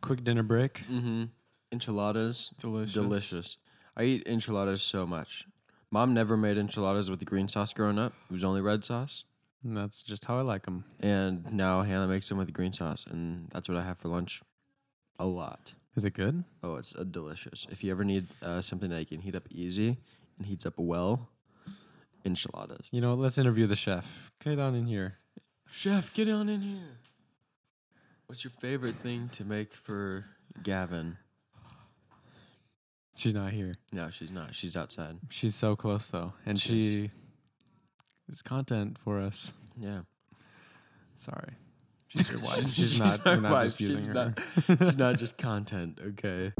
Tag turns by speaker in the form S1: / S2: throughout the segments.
S1: Quick dinner break.
S2: Mm-hmm. Enchiladas.
S3: Delicious.
S2: Delicious. I eat enchiladas so much. Mom never made enchiladas with the green sauce growing up. It was only red sauce.
S1: And that's just how I like them.
S2: And now Hannah makes them with green sauce. And that's what I have for lunch a lot.
S1: Is it good?
S2: Oh, it's uh, delicious. If you ever need uh, something that you can heat up easy and heats up well, enchiladas.
S1: You know, what, let's interview the chef. Get on in here.
S2: Chef, get on in here. What's your favorite thing to make for Gavin?
S1: She's not here.
S2: No, she's not. She's outside.
S1: She's so close though, and
S2: She
S1: she is content for us.
S2: Yeah.
S1: Sorry, she's your wife. She's, not. We're not just using her.
S2: She's not just content, okay?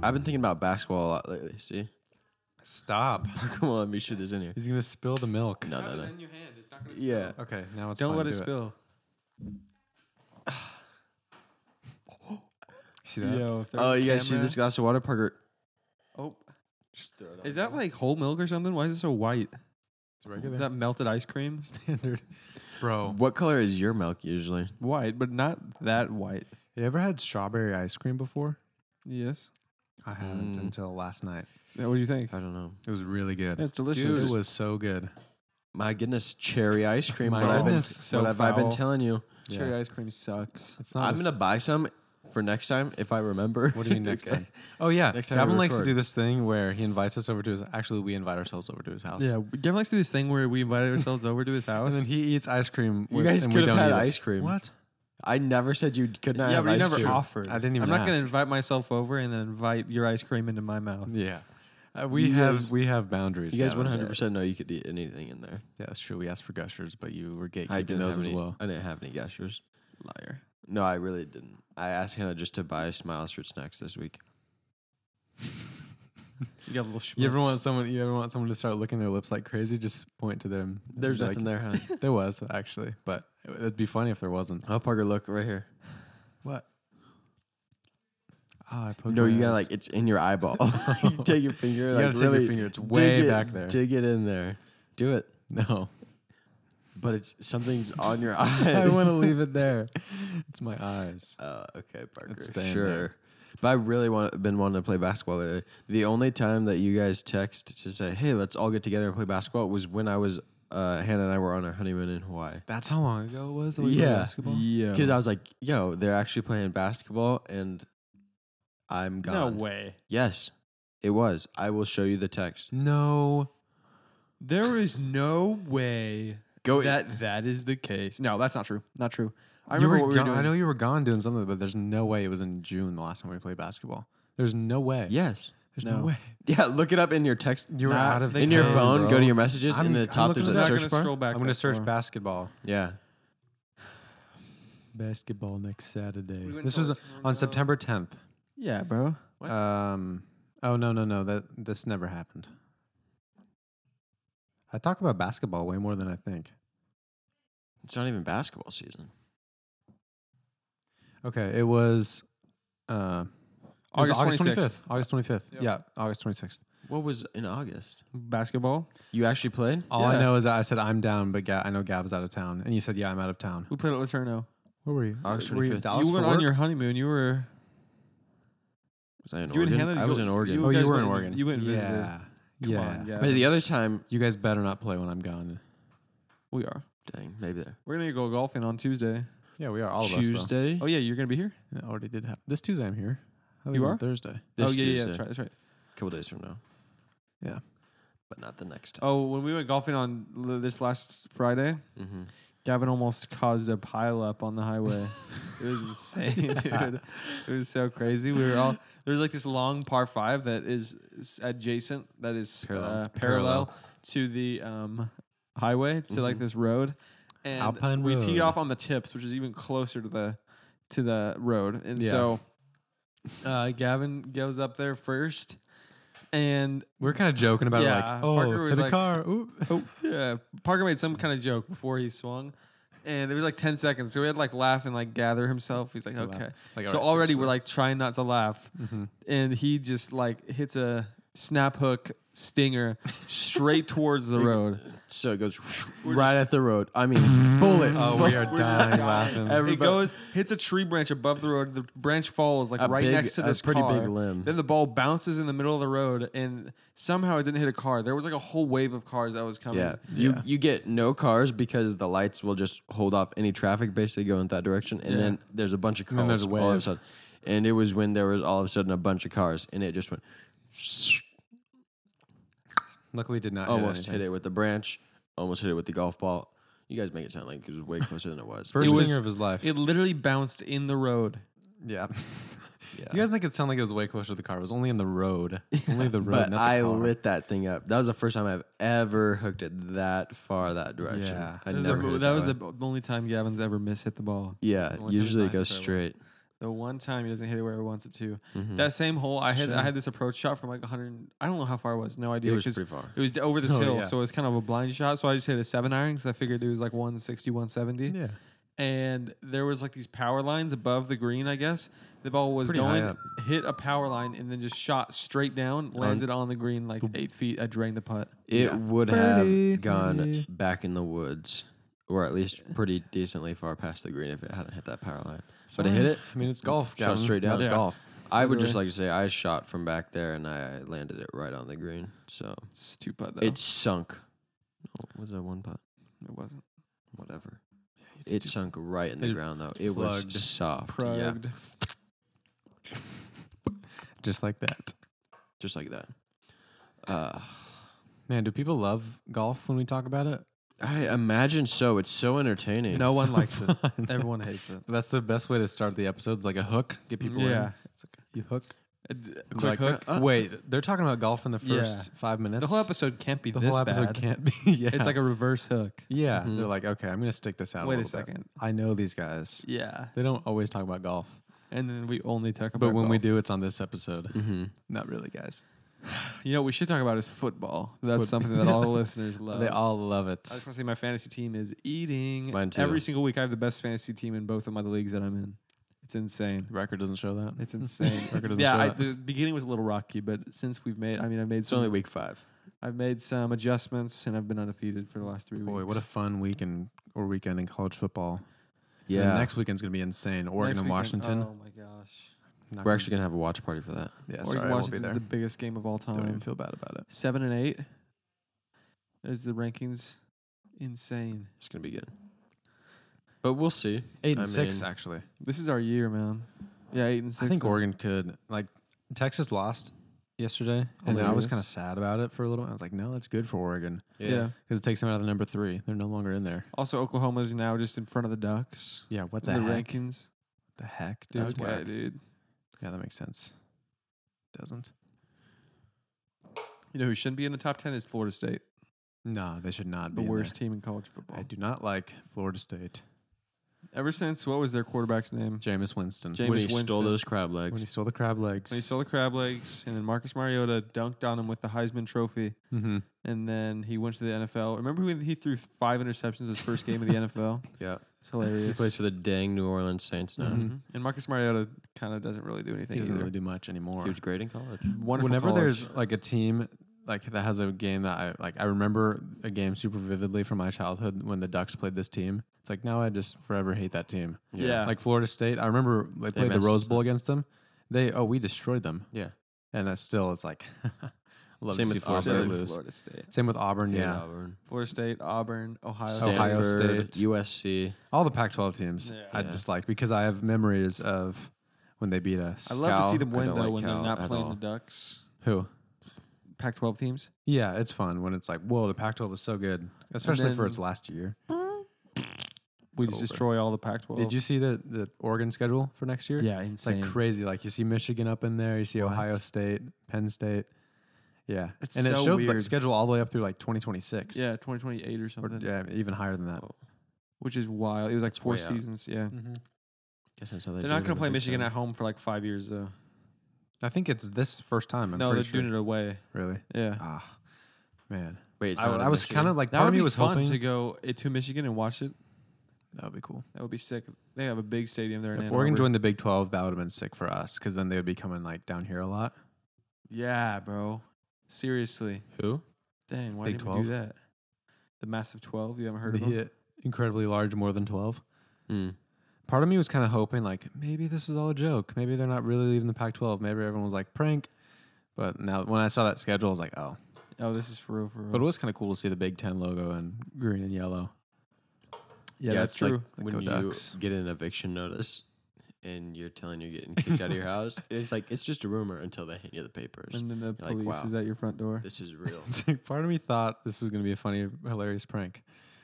S2: I've been thinking about basketball a lot lately, see?
S1: Stop.
S2: Come on, let me shoot this in here.
S1: He's gonna spill the milk.
S2: No, no, no.
S3: your hand. It's not gonna
S2: Yeah.
S1: Okay, now it's
S3: Don't
S1: fine.
S3: let it
S1: Do
S3: spill.
S1: See that?
S3: Yo, if there's
S2: Oh,
S3: a
S2: you guys see
S3: camera-
S2: this glass of water, Parker?
S3: Oh,
S2: Just throw it
S3: is that like whole milk or something? Why is it so white?
S1: It's
S3: Is that melted ice cream?
S1: standard, bro.
S2: What color is your milk usually?
S3: White, but not that white.
S1: You ever had strawberry ice cream before?
S3: Yes.
S1: I haven't
S2: Mm.
S1: until last night.
S3: Yeah, what do you think?
S2: I don't know.
S1: It was really good.
S3: That's delicious.
S1: Dude, it was so good.
S2: My goodness, cherry ice cream.
S1: My
S2: what I've been,
S1: goodness,
S3: so
S2: what have I been
S3: foul.
S2: telling you?
S3: Cherry ice cream sucks.
S1: It's not.
S2: I'm
S1: as-
S2: gonna buy some for next time if I remember.
S1: What do you mean next
S2: Okay.
S1: time? Oh yeah,
S2: Next time we
S1: Gavin likes to
S2: record.
S1: do this thing where he invites us over to his. Actually, we invite ourselves over to his house.
S3: Yeah, Gavin likes to do this thing where we invited ourselves over to his
S1: and
S3: house.
S1: then he eats ice cream.
S2: You
S1: with-
S2: guys
S1: and we
S2: could have
S1: don't
S2: had
S1: eat it.
S2: ice cream.
S1: What?
S2: I never said you could not.
S3: yeah,
S2: have
S3: but you
S2: ice
S3: never
S2: cream.
S3: offered.
S1: I didn't even.
S3: I'm not gonna
S1: ask.
S3: invite myself over and then invite your ice cream into my mouth.
S1: Yeah, uh, we have we have boundaries.
S2: You guys
S1: Gavin.
S2: 100 percent know you could eat anything in there.
S1: Yeah, that's true. We asked for gushers, but you were gatekeeping
S2: I didn't
S1: those
S2: have
S1: as
S2: any,
S1: well.
S2: I didn't have any gushers.
S3: Liar.
S2: No, I really didn't. I asked Hannah just to buy Smiles fruit snacks this week.
S3: You got a little schmutz.
S1: You ever want someone? You ever want someone to start licking their lips like crazy? Just point to them.
S2: There's
S1: Be like,
S2: nothing there, huh?
S1: There was actually, but it- it'd be funny if there wasn't.
S2: oh, Parker, look right here.
S1: What? Oh, I poked
S2: No,
S1: my
S2: you gotta
S1: nose.
S2: like it's in your eyeball. you take your finger,
S1: You
S2: like
S1: gotta take your
S2: really
S1: finger. It's
S2: dig
S1: way
S2: it-
S1: back there.
S2: Dig it in there. Do it.
S1: no.
S2: But it's something's on your
S1: I
S2: eyes.
S1: want to leave it there. It's my eyes.
S2: Oh, okay, Parker.
S1: staying
S2: sure.
S1: there.
S2: But I really want been wanting to play basketball lately. The only time that you guys text to say, "Hey, let's all get together and play basketball," was when I was uh, Hannah and I were on our honeymoon in Hawaii.
S1: That's how long ago it was. That
S2: Yeah.
S3: Yeah.
S2: Because I was like, "Yo, they're actually playing basketball," and I'm gone.
S3: no way.
S2: Yes, it was. I will show you the text.
S1: No.
S3: There is no way
S2: Go
S3: that that is the case. No, that's not true. Not true. I
S1: You
S3: remember what we were
S1: gone-
S3: doing.
S1: I know you were gone doing something, but there's no way it was in June the last time we played basketball. There's no way.
S2: Yes.
S1: There's no,
S3: No.
S1: way.
S2: Yeah, look it up in your text.
S1: You were
S3: Nah,
S1: out of
S3: they
S2: in your
S3: Damn,
S1: town,
S2: phone,
S1: bro.
S2: go to your messages.
S1: I'm-
S2: in the
S1: I'm
S2: top, there's
S1: looking at
S2: a
S3: I'm not
S2: search
S3: gonna
S2: bar.
S3: scroll back.
S1: I'm gonna
S3: that
S1: search
S3: far.
S1: basketball.
S2: Yeah.
S1: Basketball next Saturday.
S3: went
S1: this
S3: to
S1: was
S3: like
S1: on
S3: Toronto.
S1: September 10th.
S3: Yeah, bro.
S2: What?
S1: Um. Oh no no no that this never happened. I talk about basketball way more than I think.
S2: It's not even basketball season.
S1: Okay, it was. Uh, it was
S3: August 26th.
S1: August 25th.
S3: Yep.
S1: Yeah, August 26th.
S2: What was in August?
S3: Basketball.
S2: You actually played?
S1: All I
S3: Yeah.
S1: know is that I said I'm down, but Ga- I know Gab's out of town, and you said yeah, I'm out of town.
S3: We played at Laterno.
S1: Where were you?
S2: August
S1: Were you in
S2: 25th.
S1: Dallas
S3: you
S1: for
S3: went on
S1: work?
S3: your honeymoon. You were.
S2: Was I in
S3: You and
S2: Oregon?
S3: Hannah,
S2: I
S3: you-
S2: was in Oregon.
S1: Oh,
S3: guys
S1: you were
S3: went
S1: in
S3: and-
S1: Oregon.
S3: you went and visited.
S1: Yeah.
S3: Come
S1: yeah.
S3: on, yeah.
S2: but the other time,
S1: You guys better not play when I'm gone.
S3: We are.
S2: dang, maybe there.
S3: We're gonna go golfing on Tuesday.
S1: Yeah, we are all
S2: Tuesday.
S3: Oh yeah, you're gonna be here.
S1: It already did happen. This Tuesday I'm here. I
S3: You
S1: leave on
S3: are?
S1: Thursday.
S2: This
S3: oh yeah, yeah,
S2: Tuesday.
S3: that's right, that's right.
S2: couple days from now.
S1: Yeah.
S2: But not the next time.
S3: Oh, when we went golfing on l- this last Friday,
S2: Mm-hmm.
S3: Gavin almost caused a pileup on the highway. it was insane, dude. It was so crazy. We were all there's like this long par five that is s- adjacent, that is
S2: Parallel.
S3: Uh, parallel, to the um, highway, to like this road. And
S1: Mm-hmm. Alpine
S3: we teed
S1: Road.
S3: off on the tips, which is even closer to the to the road. And
S1: Yeah.
S3: so uh, Gavin goes up there first, and
S1: We're kind of joking about
S3: Yeah,
S1: it, like, oh,
S3: Parker was
S1: hit a
S3: like-
S1: car. Oop.
S3: oh yeah, Parker made some kind of joke before he swung, and it was like ten seconds. So we had to, like laugh and like gather himself. He's like,
S1: laugh.
S3: okay.
S1: Like,
S3: so
S1: alright, so-
S3: already
S1: so-
S3: we're like trying not to laugh,
S2: Mm-hmm.
S3: and he just like hits a snap hook stinger straight towards the road.
S2: So it goes right at the road. I mean, bullet.
S1: Oh, we are
S3: We're just
S1: dying
S3: dying.
S1: laughing.
S2: Every-
S3: It
S2: Everybody-
S3: goes hits a tree branch above the road. The branch falls like
S2: A
S3: right
S2: big-
S3: next to
S2: a
S3: this
S2: pretty
S3: car.
S2: big limb.
S3: Then the ball bounces in the middle of the road, and somehow it didn't hit a car. There was like a whole wave of cars that was coming.
S2: Yeah. You
S1: Yeah.
S2: you get no cars because the lights will just hold off any traffic basically going that direction. And then there's a bunch of cars
S1: then there's a
S2: all of a
S1: wave.
S2: sudden. And it was when there was all of a sudden a bunch of cars and it just went
S1: Luckily, did
S3: Oh,
S1: not
S2: almost
S1: hit,
S2: hit,
S1: anything.
S2: it with the branch, almost hit it with the golf ball. You guys make it sound like it was way closer than it was.
S1: First
S3: It was-
S1: stinger of his life.
S3: It literally bounced in the road.
S1: yeah. You guys make it sound like it was way closer to the car. It was only in the road. Only the road.
S2: but
S1: not the
S2: I
S1: car.
S2: lit that thing up. That was the first time I've ever hooked it that far that direction.
S1: Yeah.
S2: I
S3: That was,
S2: never
S3: the,
S2: hit it
S3: that
S2: that
S3: was
S2: way.
S3: the only time Gavin's ever mishit the ball.
S2: yeah.
S1: time it's
S2: Usually it
S1: not
S2: goes
S1: terrible.
S2: straight.
S3: The one time he doesn't hit it where he wants it to.
S2: Mm-hmm.
S3: That same hole, I had I had this approach shot from like 100. I don't know how far it was. No idea.
S2: It was
S3: 'cause
S2: pretty far.
S3: It was d- over this
S1: Oh,
S3: hill,
S1: yeah.
S3: so it was kind of a blind shot. So I just hit a seven iron because I figured it was like 160, 170.
S1: Yeah.
S3: and there was like these power lines above the green, I guess. The ball was
S2: Pretty high
S3: going,
S2: up.
S3: hit a power line, and then just shot straight down, landed on the green like eight feet. I drained the putt.
S2: It would
S1: Birdie,
S2: have gone
S1: birdie.
S2: back in the woods, or at least pretty decently far past the green if it hadn't hit that power line. But it hit it,
S1: I mean, it's golf.
S2: shot
S1: Gavin.
S2: straight down.
S1: That's
S2: Yeah.
S1: golf.
S2: I would just like to say I shot from back there and I landed it right on the green. So
S3: It's two putt though.
S2: it sunk. No, was that one putt?
S3: it wasn't
S2: Whatever. It sunk right in the
S1: It
S2: ground though. It
S1: plugged.
S2: was soft, yeah,
S3: prugged.
S1: Just like that.
S2: just like that. Uh,
S1: Man, do people love golf when we talk about it?
S2: I imagine so. It's so entertaining.
S3: No one
S1: so
S3: likes it.
S1: fun.
S3: Everyone hates it.
S1: That's the best way to start the episodes, like a hook. Get people in.
S3: yeah,
S1: You hook.
S3: A d- a
S1: It's
S3: quick
S1: like,
S3: hook.
S1: uh, Wait, they're talking about golf in the
S3: Yeah.
S1: first five minutes.
S3: the whole episode can't be
S1: The
S3: this
S1: whole episode
S3: bad.
S1: can't be. Yeah,
S3: It's like a reverse hook.
S1: yeah.
S2: Mhm.
S1: They're like, okay, I'm gonna stick this out.
S3: Mm-hmm. Wait a
S1: little bit.
S3: second.
S1: I know these guys.
S3: Yeah,
S1: They don't always talk about golf,
S3: and then we only talk about.
S1: but when we
S3: golf. Mm.
S1: do, it's on this episode.
S2: Mm-hmm.
S1: Not really, guys.
S3: you know, what we should talk about is football. That's
S1: Foot-
S3: something that all the listeners love.
S1: they all love
S3: I just
S1: it.
S3: want to say my fantasy team is eating.
S2: Mine too.
S3: Every single week, I have the best fantasy team in both of my the leagues that I'm in. It's insane.
S1: Record doesn't show that.
S3: It's insane.
S1: Record doesn't
S3: yeah,
S1: show
S3: I,
S1: that.
S3: the beginning was a little rocky, but since we've made, I mean, I've made
S2: It's only
S3: some,
S2: week five.
S3: I've made some adjustments, and I've been undefeated for the last three weeks.
S1: Boy, what a fun week in, or weekend in college football. And
S2: Yeah,
S1: next weekend's gonna be insane. Oregon
S3: Next
S1: and
S3: weekend-
S1: Washington.
S3: Oh my gosh,
S1: Not
S2: we're
S1: gonna-
S2: actually gonna have a watch party for that.
S1: Yeah,
S3: Oregon
S1: sorry, I won't be
S3: Washington's
S1: there.
S3: the biggest game of all
S1: Don't even
S3: time.
S1: feel bad about it.
S3: Seven and eight is the rankings. Insane.
S2: It's gonna be good. But we'll see.
S1: Eight and
S2: I
S1: six,
S2: mean-
S1: actually.
S3: This is our year, man. Yeah, eight and six.
S1: I think
S3: now.
S1: Oregon could like Texas lost yesterday, and I was
S3: Hilarious.
S1: kind of sad about it for a little. bit. I was like, no, that's good for Oregon
S3: Yeah.
S1: because it takes them out of the number three. They're no longer in there.
S3: Also, Oklahoma's now just in front of the Ducks.
S1: Yeah, what
S3: in the rankings.
S1: The heck, dude?
S3: That's
S2: That's
S3: why,
S2: whack.
S3: dude.
S1: Yeah, that makes sense. Doesn't?
S3: You know who shouldn't be in the top ten is Florida State,
S1: No, they should not. be
S3: the
S1: in
S3: worst
S1: there.
S3: team in college football.
S1: I do not like Florida State.
S3: Ever since what was their quarterback's name?
S1: Jameis Winston.
S3: Jameis
S2: When he
S3: Winston.
S2: stole those crab
S1: When he
S2: legs.
S1: stole the crab legs.
S3: When he stole the crab legs, and then Marcus Mariota dunked on him with the Heisman Trophy,
S1: Mhm.
S3: and then he went to the NFL. Remember when he threw five interceptions his first game of the NFL?
S2: Yeah.
S3: It's
S2: He
S3: hilarious.
S2: plays for the dang New Orleans Saints now.
S1: Mhm.
S3: Mhm. And Marcus Mariota kind of doesn't really do
S1: He
S3: anything
S1: doesn't
S3: either.
S1: really do much anymore.
S2: He was great in college.
S3: Wonderful
S1: Whenever
S3: college.
S1: there's like a team like that has a game that I like, I remember a game super vividly from my childhood when the Ducks played this team. It's like now I just forever hate that team.
S3: Yeah.
S1: Like Florida State, I remember they played the
S2: messed
S1: Rose
S2: us
S1: Bowl against them. They oh we destroyed them,
S2: Yeah.
S1: and that's still it's like love
S2: Same
S1: to see
S2: with
S1: Florida State
S2: Auburn.
S1: lose.
S3: Florida State,
S1: Same with Auburn,
S2: Hated
S1: yeah.
S2: Auburn.
S3: Florida State, Auburn, Ohio, State.
S1: Ohio
S2: Stanford,
S1: State.
S2: USC.
S1: All the Pac-12 teams
S3: Yeah.
S1: I
S2: Yeah.
S1: dislike because I have memories of when they beat us.
S3: I love to
S2: Cal.
S3: see them
S2: I
S3: win
S2: don't
S3: though
S2: like
S3: when
S2: Cal
S3: they're not
S2: at
S3: playing
S2: all.
S3: the Ducks.
S1: Who?
S3: Pac-12 teams.
S1: Yeah, it's fun when it's like, whoa, the Pac-12 was so good, especially for
S3: then-
S1: its last year.
S3: We just
S2: over.
S3: destroy all the Pac-12.
S1: Did you see the the Oregon schedule for next year?
S3: Yeah,
S1: It's like
S3: insane.
S1: crazy. Like you see Michigan up in there, you see Ohio State, Penn State. Yeah.
S3: It's
S1: and
S3: so
S1: it showed like
S3: weird.
S1: schedule all the way up through like 2026.
S3: yeah, 2028 or
S1: Or,
S3: something,
S1: yeah, even higher than that.
S3: which is wild. It was like four
S2: way out.
S3: seasons. Yeah,
S1: Mm-hmm.
S2: Guess that's how they
S3: they're not going to play Michigan at home for like five years though.
S1: I think it's this first time. I'm
S3: no, they're
S1: pretty sure.
S3: doing it away.
S1: really.
S3: Yeah.
S1: Ah, man.
S2: Wait, it's
S1: I,
S2: not in
S1: I was
S2: Michigan?
S1: kind of like
S3: That
S1: part
S3: would
S1: of
S3: be
S1: me was
S3: fun
S1: hoping
S3: to go eh, to Michigan and watch it.
S1: that would be cool.
S3: That would be sick. They have a big stadium there. in
S1: If
S3: Ann
S1: Oregon
S3: Arbor.
S1: joined the Big Twelve, that would have been sick for us because then they would be coming like down here a lot.
S3: yeah, bro. Seriously,
S2: Who?
S3: dang, why
S1: Big
S3: did we
S1: 12?
S3: do that? The massive twelve. You haven't heard of them?
S1: The incredibly large, more than twelve.
S2: Mm.
S1: Part of me was kind of hoping like maybe this is all a joke. Maybe they're not really leaving the Pac-12. Maybe everyone was like prank. But now when I saw that schedule, I was like, oh.
S3: Oh, this is for real, for real.
S1: But it was kind of cool to see the Big Ten logo and green and yellow.
S3: yeah, that's
S2: it's like
S3: true.
S1: Go
S2: when you
S1: Ducks.
S2: get an eviction notice and you're telling you're getting kicked out of your house, it's like it's just a rumor until they hand you the papers.
S3: and then the
S2: like,
S3: police
S2: wow.
S3: is at your front door.
S2: This is real.
S1: It's like, part of me thought this was going to be a funny, hilarious prank.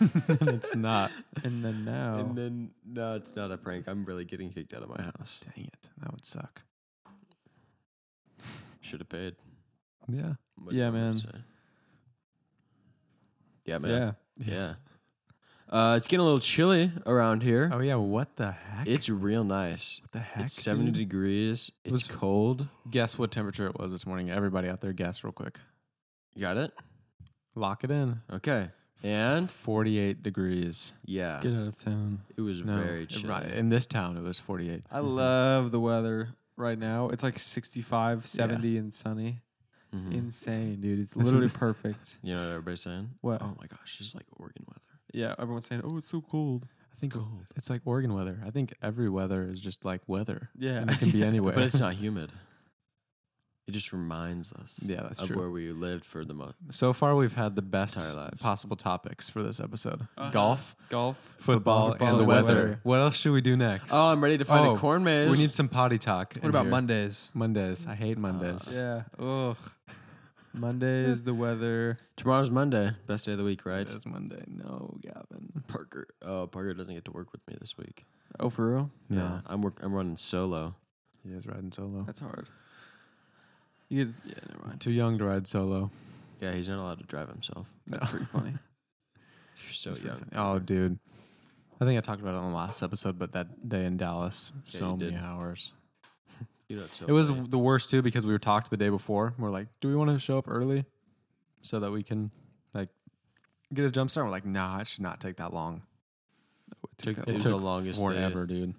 S1: and it's not.
S3: And then now,
S2: And then no, it's not a prank. I'm really getting kicked out of my house.
S1: Dang it. That would suck.
S2: Should have paid.
S1: Yeah.
S2: What
S3: Yeah,
S2: do you want
S3: man.
S2: me to say? Yeah, man.
S3: yeah,
S2: Yeah. Uh, it's getting a little chilly around here.
S1: Oh, yeah. What the heck?
S2: It's real nice.
S1: what the heck?
S2: it's 70
S1: dude?
S2: degrees. It's
S1: Was-
S2: cold.
S1: Guess what temperature it was this morning. Everybody out there, guess real quick.
S2: You got it?
S1: Lock it in.
S2: Okay. And
S1: 48 degrees.
S2: yeah,
S3: get out of town.
S2: it
S3: Mm-hmm.
S2: was very
S1: it-
S2: chilly.
S1: right, In this town, it was 48.
S3: I love the weather right now. It's like 65, 70 and sunny.
S2: Mhm.
S3: Mm. Insane, dude. It's
S1: This is-
S3: literally perfect.
S2: You know what everybody's saying?
S3: What?
S2: Oh my gosh, it's like Oregon weather.
S3: Yeah, everyone's saying, "Oh, it's so cold."
S1: I think it's like Oregon weather. I think every weather is just like weather.
S3: Yeah.
S1: And it can be anywhere.
S2: But it's not humid. It just reminds us
S1: Yeah, that's
S2: of
S1: true.
S2: where we lived for the most.
S1: so far, we've had the best
S2: Entire lives.
S1: possible topics for this episode
S3: Uh-huh.
S1: golf,
S3: Golf.
S1: football,
S3: Football
S1: and the
S3: and
S1: weather.
S3: weather.
S1: What else should we do next?
S2: Oh, I'm ready to find
S1: Oh,
S2: a corn maze.
S1: we need some potty talk. in here.
S3: Mondays? Uh,
S1: Mondays. I hate Mondays.
S3: Yeah. Ugh. Mondays, the weather.
S2: Tomorrow's Monday, best day of the week, right?
S1: It is Monday. No, Gavin.
S2: Parker. Oh, Parker doesn't get to work with me this week.
S3: Oh, for real?
S1: No.
S2: Yeah, I'm work. I'm running solo.
S1: He is riding solo.
S3: That's hard. You get, yeah, never mind.
S1: Too young to ride solo.
S2: Yeah, he's not allowed to drive himself.
S3: That's pretty funny.
S2: You're so
S1: It's pretty
S2: young.
S1: funny. Oh, dude. I think I talked about it on the last episode, but that day in Dallas,
S2: Yeah,
S1: so
S2: you
S1: many
S2: did.
S1: hours.
S2: You know, it's so
S1: It was
S2: funny.
S1: the worst too because we were talked the day before. We're like, do we want to show up early so that we can like get a jump start? We're like, nah, it should not take that long.
S2: took-
S1: that
S2: it
S1: long.
S2: was the longest day
S1: forever, dude.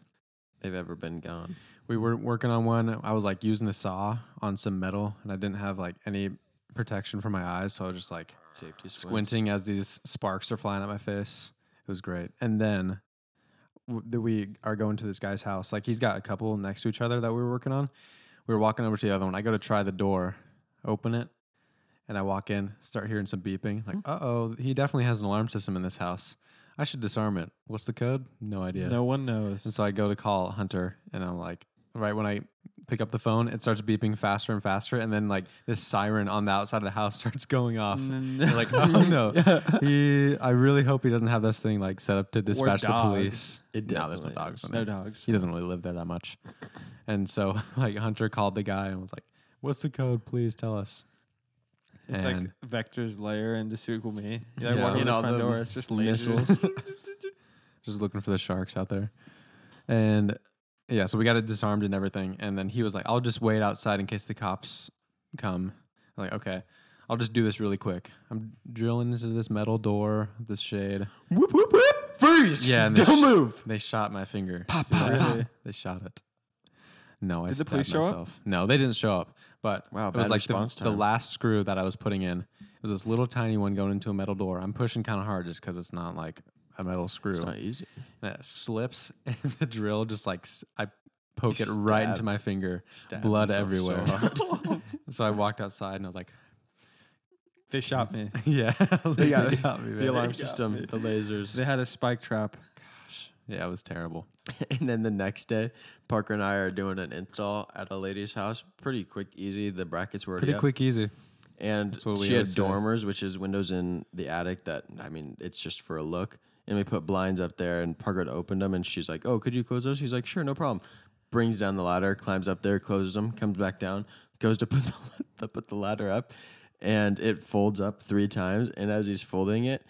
S2: they've ever been gone.
S1: We were working on one. I was like using the saw on some metal, and I didn't have like any protection for my eyes, so I was just like
S2: Safety squint.
S1: squinting as these sparks are flying at my face. It was great. And then w- that we are going to this guy's house. Like he's got a couple next to each other that we were working on. We were walking over to the other one. I go to try the door, open it, and I walk in, start hearing some beeping. Like, uh oh, he definitely has an alarm system in this house. I should disarm it. What's the code? No idea.
S3: No one
S1: And
S3: knows.
S1: so I go to call Hunter, and I'm like, right when I pick up the phone, it starts beeping faster and faster, and then like this siren on the outside of the house starts going off. You're like, oh no, he. I really hope he doesn't have this thing like set up to dispatch the
S3: dogs.
S1: police.
S2: It
S1: no, there's no
S2: definitely
S1: dogs. on
S3: No
S1: there.
S3: dogs.
S1: He doesn't really live there that much, and so like Hunter called the guy and was like, "What's the code? Please tell us."
S3: It's
S1: And-
S3: like Vector's layer and Desuquil me. Yeah,
S1: Yeah.
S3: yeah. Walking
S1: And
S3: in the
S2: all
S3: front
S2: the
S3: door, it's just
S2: missiles.
S3: lasers.
S1: just looking for the sharks out there. And yeah, so we got it disarmed and everything. And then he was like, I'll just wait outside in case the cops come. I'm like, okay, I'll just do this really quick. I'm drilling into this metal door, this shade.
S2: Whoop whoop whoop! Freeze!
S1: Yeah, and they
S2: don't
S1: sh-
S2: move.
S1: They shot my finger.
S2: Pop,
S1: See
S2: pop,
S1: that?
S3: pop.
S1: They shot it. No, I
S3: Did the
S1: stabbed
S3: police show up?
S1: myself. No, they didn't show up. But
S2: Wow,
S1: it was
S2: bad
S1: like the,
S2: response
S1: the
S2: time.
S1: last screw that I was putting in. It was this little tiny one going into a metal door. I'm pushing kind of hard just because it's not like a metal screw.
S2: It's not easy.
S1: and it slips and the drill just like s- I poke it right into
S2: Stabbed.
S1: my finger.
S2: Stabbed
S1: Blood
S2: myself so
S1: everywhere.
S2: hard.
S1: So I walked outside and I was like,
S3: they shot me.
S1: yeah,
S2: They got it.
S1: me,
S2: the
S1: man.
S2: alarm
S3: got
S2: system,
S3: me.
S2: the lasers.
S3: They had a spike trap.
S1: Yeah, it was terrible.
S2: And then the next day, Parker and I are doing an install at a lady's house. Pretty quick, easy. The brackets were already
S1: Pretty
S2: up.
S1: quick, easy.
S2: And
S1: what we
S2: she had
S1: always say.
S2: dormers, which is windows in the attic. That I mean, it's just for a look. And we put blinds up there, and Parker had opened them, and she's like, "Oh, could you close those?" She's like, "Sure, no problem." Brings down the ladder, climbs up there, closes them, comes back down, goes to put the, to put the ladder up, and it folds up three times. And as he's folding it,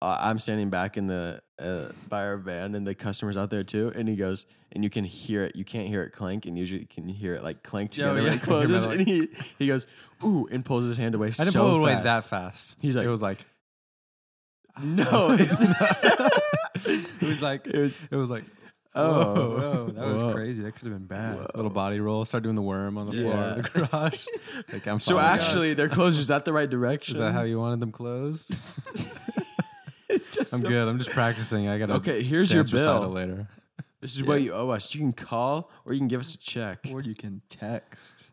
S2: uh, I'm standing back in the uh, by our van and the customers out there too. And he goes, and you can hear it. You can't hear it clank, and usually you can hear it like clank
S3: Yeah, oh,
S2: together when
S3: yeah.
S2: it closes.
S1: Hear my
S2: and he, he goes, ooh, and pulls his hand away.
S1: I didn't
S2: so
S1: pull it away
S2: fast.
S1: that fast.
S2: He's like-
S1: it was like,
S2: No,
S3: It was like,
S2: it was.
S1: it was like uh,
S2: Oh,
S3: whoa, that was
S2: Whoa.
S3: crazy. That could have been bad.
S1: little body roll. Start doing the worm on the
S2: Yeah.
S1: floor of the garage. like I'm.
S2: So
S1: following you guys.
S2: actually, their closure is that the right direction.
S1: Oh is that how you wanted them closed? I'm good. I'm just practicing. I got
S2: Okay, here's your bill.
S1: later.
S2: This is what you owe us. You can call or you can give us a check.
S3: Or you can text.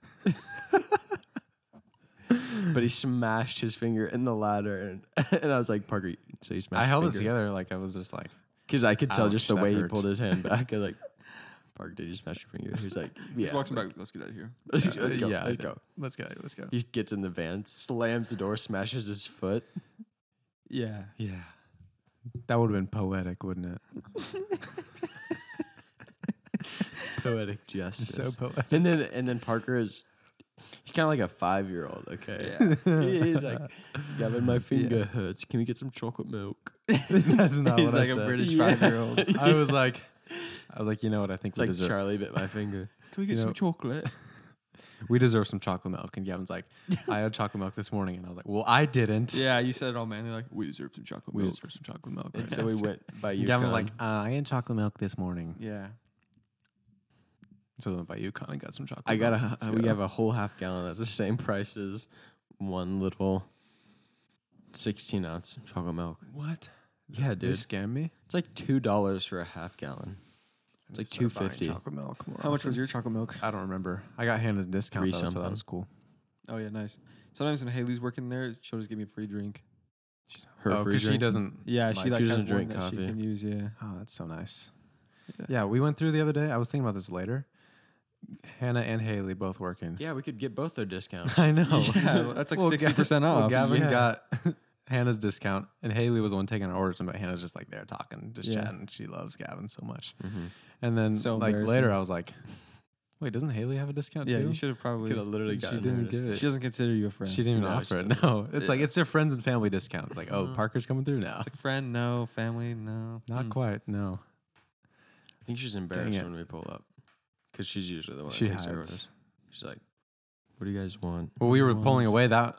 S2: But he smashed his finger in the ladder, and, and I was like, Parker. So he smashed.
S1: I
S2: your
S1: held it
S2: finger.
S1: together. Like I was just like,
S2: Because I could tell just
S1: Ouch,
S2: the
S1: that
S2: way he
S1: hurt.
S2: pulled his hand back. I was like, Park, did you smash your finger? He's like, yeah.
S3: Just walking back. Let's get out of here.
S2: Let's, let's go.
S1: yeah,
S2: let's
S1: I
S2: go.
S1: let's go, let's go.
S2: He gets in the van, slams the door, smashes his foot.
S3: Yeah.
S1: Yeah, that would have been poetic, wouldn't it?
S2: Poetic justice.
S1: So poetic.
S2: and then and then Parker is he's kind of like a five year old. Okay. He- he's like, Gavin, my finger hurts. Can we get some chocolate milk?
S1: That's not
S2: He's
S1: what
S2: like
S1: I
S2: a
S1: said.
S2: British
S1: Yeah.
S3: five-year-old.
S1: I was like, I was like, you know what? I think
S2: It's
S1: we
S2: like
S1: deserve.
S2: Charlie bit my finger.
S3: Can we get
S1: You
S3: some
S1: know-
S3: chocolate?
S1: we deserve some chocolate milk. And Gavin's like, I had chocolate milk this morning, and I was like, well, I didn't.
S3: yeah, you said it all manly. Like we deserve some chocolate.
S1: We
S3: milk.
S1: deserve some chocolate milk.
S2: And
S1: Right
S2: so we went by you.
S1: Gavin was like, uh, I had chocolate milk this morning.
S3: Yeah.
S1: So we went by UConn and got some chocolate.
S2: I got
S1: milk.
S2: a.
S1: Let's
S2: We
S1: go.
S2: have a whole half gallon. That's the same price as one little sixteen ounce chocolate milk.
S1: what?
S2: Yeah,
S1: Did they scam me?
S2: It's like two dollars for a half gallon. It's like two
S1: Start buying
S2: fifty.
S1: Chocolate milk. more
S3: How much was
S1: often.
S3: your chocolate milk?
S1: I don't remember. I got Hannah's discount
S2: Three
S1: though, so that
S2: something.
S1: was cool.
S3: Oh yeah, nice. Sometimes when Haley's working there, she'll just give me a free drink.
S2: Her
S1: oh,
S2: free
S1: because she
S2: drink.
S1: doesn't.
S3: Yeah,
S2: Like,
S3: she like
S2: she
S3: has
S2: doesn't
S3: one
S2: drink
S3: that she
S2: coffee.
S3: can use. Yeah.
S1: Oh, that's so nice.
S3: Yeah.
S1: Yeah. we went through the other day. I was thinking about this later. Hannah and Haley both working.
S2: Yeah, we could get both their discounts.
S1: I know.
S3: Yeah, that's like
S1: Well, Gav-
S3: 60%
S1: well,
S3: off.
S1: Gavin
S2: Yeah.
S1: got Hannah's discount, and Haley was the one taking our orders, but Hannah's just like there talking, just
S3: Yeah.
S1: chatting. She loves Gavin so much.
S2: Mhm.
S1: And then
S3: So
S1: like later,
S3: embarrassing.
S1: I was like, wait, doesn't Haley have a discount
S3: Yeah,
S1: too?
S3: you should have probably.
S2: Could have literally
S1: She
S2: gotten. her
S1: didn't
S2: dis-
S1: give it.
S3: She doesn't consider you a friend.
S1: She didn't even
S2: No, she
S1: offer it. No, it's like it's their friends and family discount. Like, oh,
S2: Mhm.
S1: Parker's coming through now.
S3: Mm-hmm. It's like friend, no family, no.
S1: Not
S3: Mm.
S1: quite. No,
S2: I think she's embarrassed
S1: it.
S2: when we pull up, because she's usually the one
S1: she
S2: that takes her
S1: hides.
S2: orders. She's like, "What do you guys want?"
S1: Well, we were pulling
S3: What?
S1: away that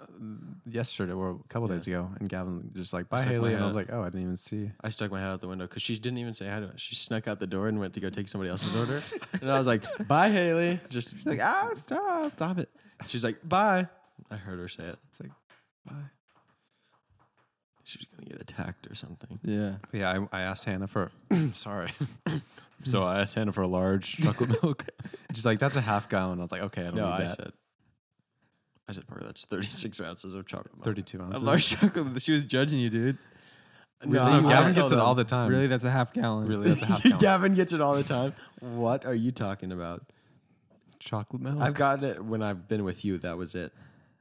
S1: yesterday or a couple days ago, and Gavin just like, "Bye,
S2: Stuck my
S1: Haley," and I
S2: head
S1: was
S2: out.
S1: like, "Oh, I didn't even see."
S2: I stuck my head out the window because she didn't even say hi to us. She snuck out the door and went to go take somebody else's order. And I was like, "Bye, Haley." Just she's like, "Ah, stop, stop it." She's like, "Bye." I heard her say it.
S1: It's like, "Bye."
S2: She was gonna get attacked or something.
S3: Yeah.
S1: Yeah, I, I asked Hannah for. sorry. so I asked Hannah for a large chocolate milk. She's like, "That's a half gallon." I was like, "Okay, I don't
S2: No,
S1: need
S2: I
S1: that."
S2: said, I said, Parker, that's 36 ounces of chocolate milk.
S1: Thirty-two
S3: A
S1: ounces.
S3: large chocolate. She was judging you, dude.
S1: No,
S2: I
S1: Gavin
S2: told
S1: gets it
S2: them,
S1: all the time.
S3: really, that's a half gallon.
S1: Really, that's a half gallon.
S2: Gavin gets it all the time. What are you talking about?
S1: Chocolate milk.
S2: I've gotten it when I've been with you. That was it.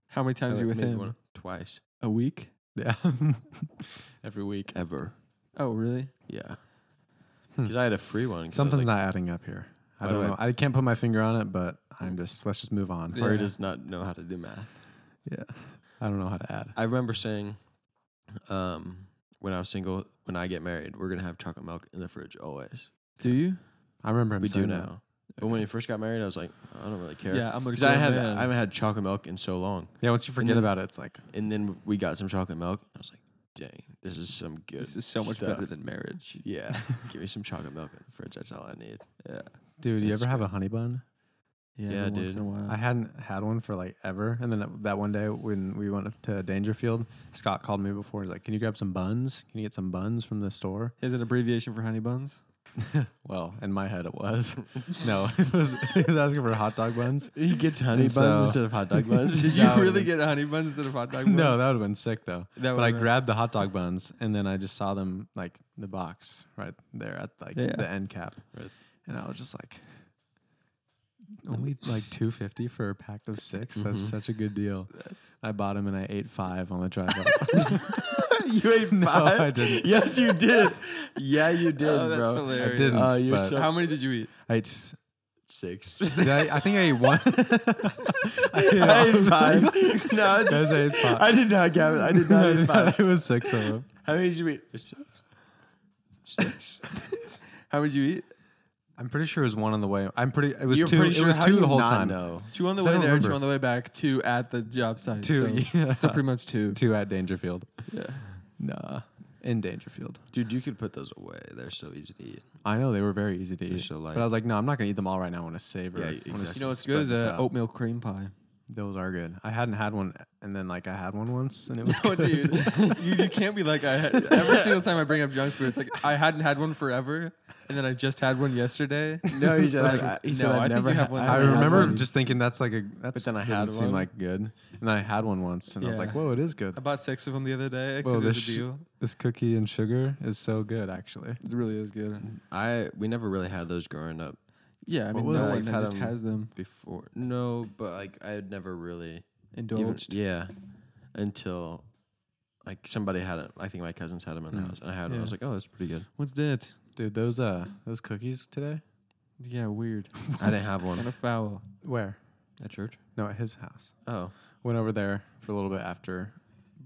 S3: How many times you with
S2: Maybe
S3: him?
S2: one- twice
S3: A week.
S1: yeah. Every week,
S2: ever.
S3: Oh, really?
S2: Yeah, because I had a free one. 'cause I was
S1: something's
S2: like,
S1: not adding up here. I
S2: Why do
S1: don't
S2: I-
S1: know. I can't put my finger on it, but I'm just. Let's just move on.
S3: Yeah.
S2: Parker does not know how to do math.
S1: Yeah. I don't know how to add.
S2: I remember saying, um, when I was single, when I get married, we're gonna have chocolate milk in the fridge always.
S3: Do you?
S1: I remember him
S2: We do
S1: saying that.
S2: now. But when we first got married, I was like, I don't really care.
S3: Yeah, I'm gonna.
S2: Because I
S3: grown
S2: had
S3: man.
S2: I haven't had chocolate milk in so long,
S1: Yeah, once you forget
S2: then-
S1: about it, it's like
S2: and then we got some chocolate milk. And I was like, dang, this is some good.
S3: This is so much
S2: stuff.
S3: better than marriage.
S2: Yeah, give me some chocolate milk in the fridge. That's all I need.
S3: Yeah.
S1: Dude, you
S2: That's
S1: ever have a honey bun?
S3: Yeah,
S2: Yeah,
S3: once
S2: dude.
S3: in a while.
S1: I hadn't had one for like ever. And then that one day when we went up to Dangerfield, Scott called me before. He's like, Can you grab some buns? Can you get some buns from the store?
S3: Is it abbreviation for honey buns?
S1: Well, in my head, it was. no, it was, he was asking for hot dog buns.
S2: He gets honey
S1: And
S2: buns
S1: so-
S2: instead of hot dog buns.
S3: Did
S1: That
S3: you
S1: would've
S3: really
S1: been
S3: get honey buns instead of hot dog buns?
S1: No, that would have been sick though. but
S3: That
S1: I
S3: would've been-
S1: grabbed the hot dog buns and then I just saw them like the box right there at like
S3: Yeah.
S1: the end cap.
S2: Right.
S1: And I was just like, only like 250 for a pack of 6 That's
S2: Mhm.
S1: such a good deal.
S3: That's-
S1: I bought them and I ate five on the drive up.
S2: you ate
S1: No,
S2: five.
S1: I didn't.
S2: Yes, you did. Yeah, you did,
S3: Oh, that's
S2: bro.
S3: hilarious.
S1: didn't.
S2: Oh, you're
S1: But-
S2: so
S3: How many did you eat?
S1: I ate. s-
S2: six.
S1: did I, I think I ate one. I ate
S2: I
S1: all
S2: ate
S1: of
S2: five.
S1: them.
S2: no, I,
S1: Guys, I ate five.
S2: did not, Gavin. I did
S1: No,
S2: not
S1: I
S2: eat
S1: did not.
S2: five.
S1: It was six of them.
S2: How many did you eat? Six. sticks.
S3: How would you eat?
S1: I'm pretty sure it was one on the way. I'm pretty. It was
S2: You're
S1: two.
S2: pretty
S1: it was
S2: how
S1: two
S2: do
S1: the
S2: you
S1: whole
S2: not
S1: time.
S2: Know?
S3: Two on the
S1: So I
S3: way
S1: don't
S3: there, two
S1: remember.
S3: on the way back, two at the job site.
S1: Two,
S3: So,
S1: yeah.
S3: so pretty much two.
S1: Two at Dangerfield.
S3: Yeah.
S1: Nah, in Dangerfield.
S2: Dude, you could put those away. They're so easy to eat.
S1: I know they were very easy to
S2: They're
S1: eat,
S2: so light.
S1: but I was like, no, I'm not gonna eat them all right now. I want to savor.
S2: Yeah,
S1: it. I wanna
S2: exactly.
S3: You know what's
S1: spread
S3: good is
S1: this
S3: a
S1: out.
S3: oatmeal cream pie.
S1: Those are good. I hadn't had one, and then like I had one once, and it was
S3: No,
S1: good.
S3: dude, you, you can't be like I. Had, every single time I bring up junk food, it's like I hadn't had one forever, and then I just had one yesterday.
S2: No, he said,
S3: Like,
S2: I, he
S3: no,
S2: said
S3: I
S2: I
S3: think
S2: never
S3: you
S2: ha-
S3: have one
S1: I
S3: Yeah,
S2: haven't had
S1: remember
S2: one.
S1: just thinking that's like a that's
S2: then I
S1: doesn't
S2: had
S1: seem
S2: one.
S1: like good, and then I had one once, and I was
S3: Yeah.
S1: like, whoa, it is good.
S3: I bought six of them the other day
S1: Well,
S3: because it was a
S1: this sh-
S3: deal.
S1: This cookie and sugar is so good, actually.
S3: It really is good.
S2: I we never really had those growing up
S3: Yeah, I
S1: What
S3: mean, no
S1: was-
S3: one
S1: I've
S2: had
S3: just
S2: them-
S3: has them
S2: before. No, but like I had never really even,
S3: indulged.
S2: yeah until like somebody had it. I think my cousins had them in the
S1: Mm.
S2: house, and I had it. I was
S3: Yeah.
S2: like, oh, that's pretty good.
S3: What's that?
S1: Dude, those uh those cookies today?
S3: Yeah, weird.
S2: I didn't have
S3: kind
S2: one
S3: of foul.
S1: Where?
S2: at church.
S1: No, at his house.
S2: Oh,
S1: Went over there for a little bit after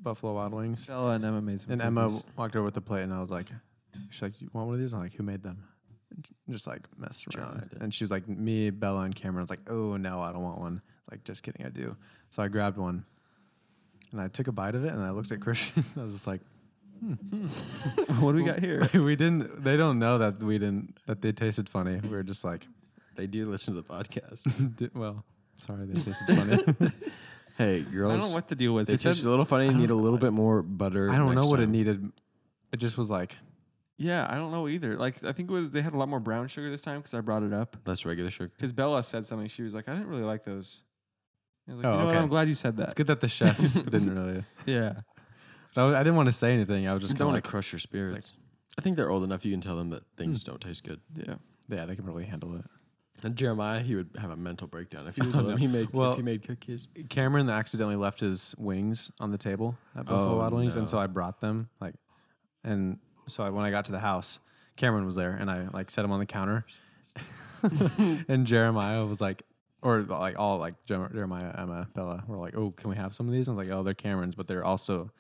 S1: Buffalo Wild Wings,
S3: Stella and Emma made some.
S1: and Emma
S3: cookies.
S1: walked over with the plate, and I was like, she's like, you want one of these? I'm like, who made them? And Just like messed around,
S2: Tried it.
S1: and she was like, me, Bella, and Cameron. I was like, oh no, I don't want one. I was Like, just kidding, I do. So I grabbed one, and I took a bite of it, and I looked at Christian. and I was just like,
S3: what do we got here?
S1: we didn't. They don't know that we didn't. That they tasted funny. We were just like,
S2: they do listen to the podcast.
S1: Di- well, sorry, they tasted funny.
S2: hey,
S3: I
S2: girls,
S3: don't know what the deal was.
S2: they
S3: It said-
S2: taste a little funny. Need a little bit more butter.
S1: I don't know
S2: next
S1: what it
S2: time.
S1: needed. It just was like,
S3: yeah, I don't know either. Like, I think it was they had a lot more brown sugar this time because I brought it up.
S2: Less regular sugar.
S3: Because Bella said something. She was like, I didn't really like those. I was like,
S1: Oh,
S3: you know what?
S1: okay.
S3: I'm glad you said
S1: it's
S3: that.
S1: good that the chef didn't really.
S3: Yeah.
S1: But I, was- I didn't want to say anything. I was just
S2: don't
S1: kind of
S2: want
S1: like,
S2: to crush your spirits. I think they're old enough. You can tell them that things don't taste good.
S3: Yeah.
S1: yeah, they can probably handle
S2: Hmm. And Jeremiah, he would have a mental breakdown if you
S1: Oh,
S2: told
S1: no.
S2: him he made
S1: Well-
S2: if he made cookies.
S1: it. Cameron accidentally left his wings on the table at Buffalo
S2: Oh,
S1: Wild Wings,
S2: no.
S1: and so I brought them. Like, and so I, when I got to the house, Cameron was there, and I like set him on the counter, and Jeremiah was like. Or like all like Jer- Jeremiah, Emma, Bella were like, oh, can we have some of these? And I was like, oh, they're Cameron's, but they're also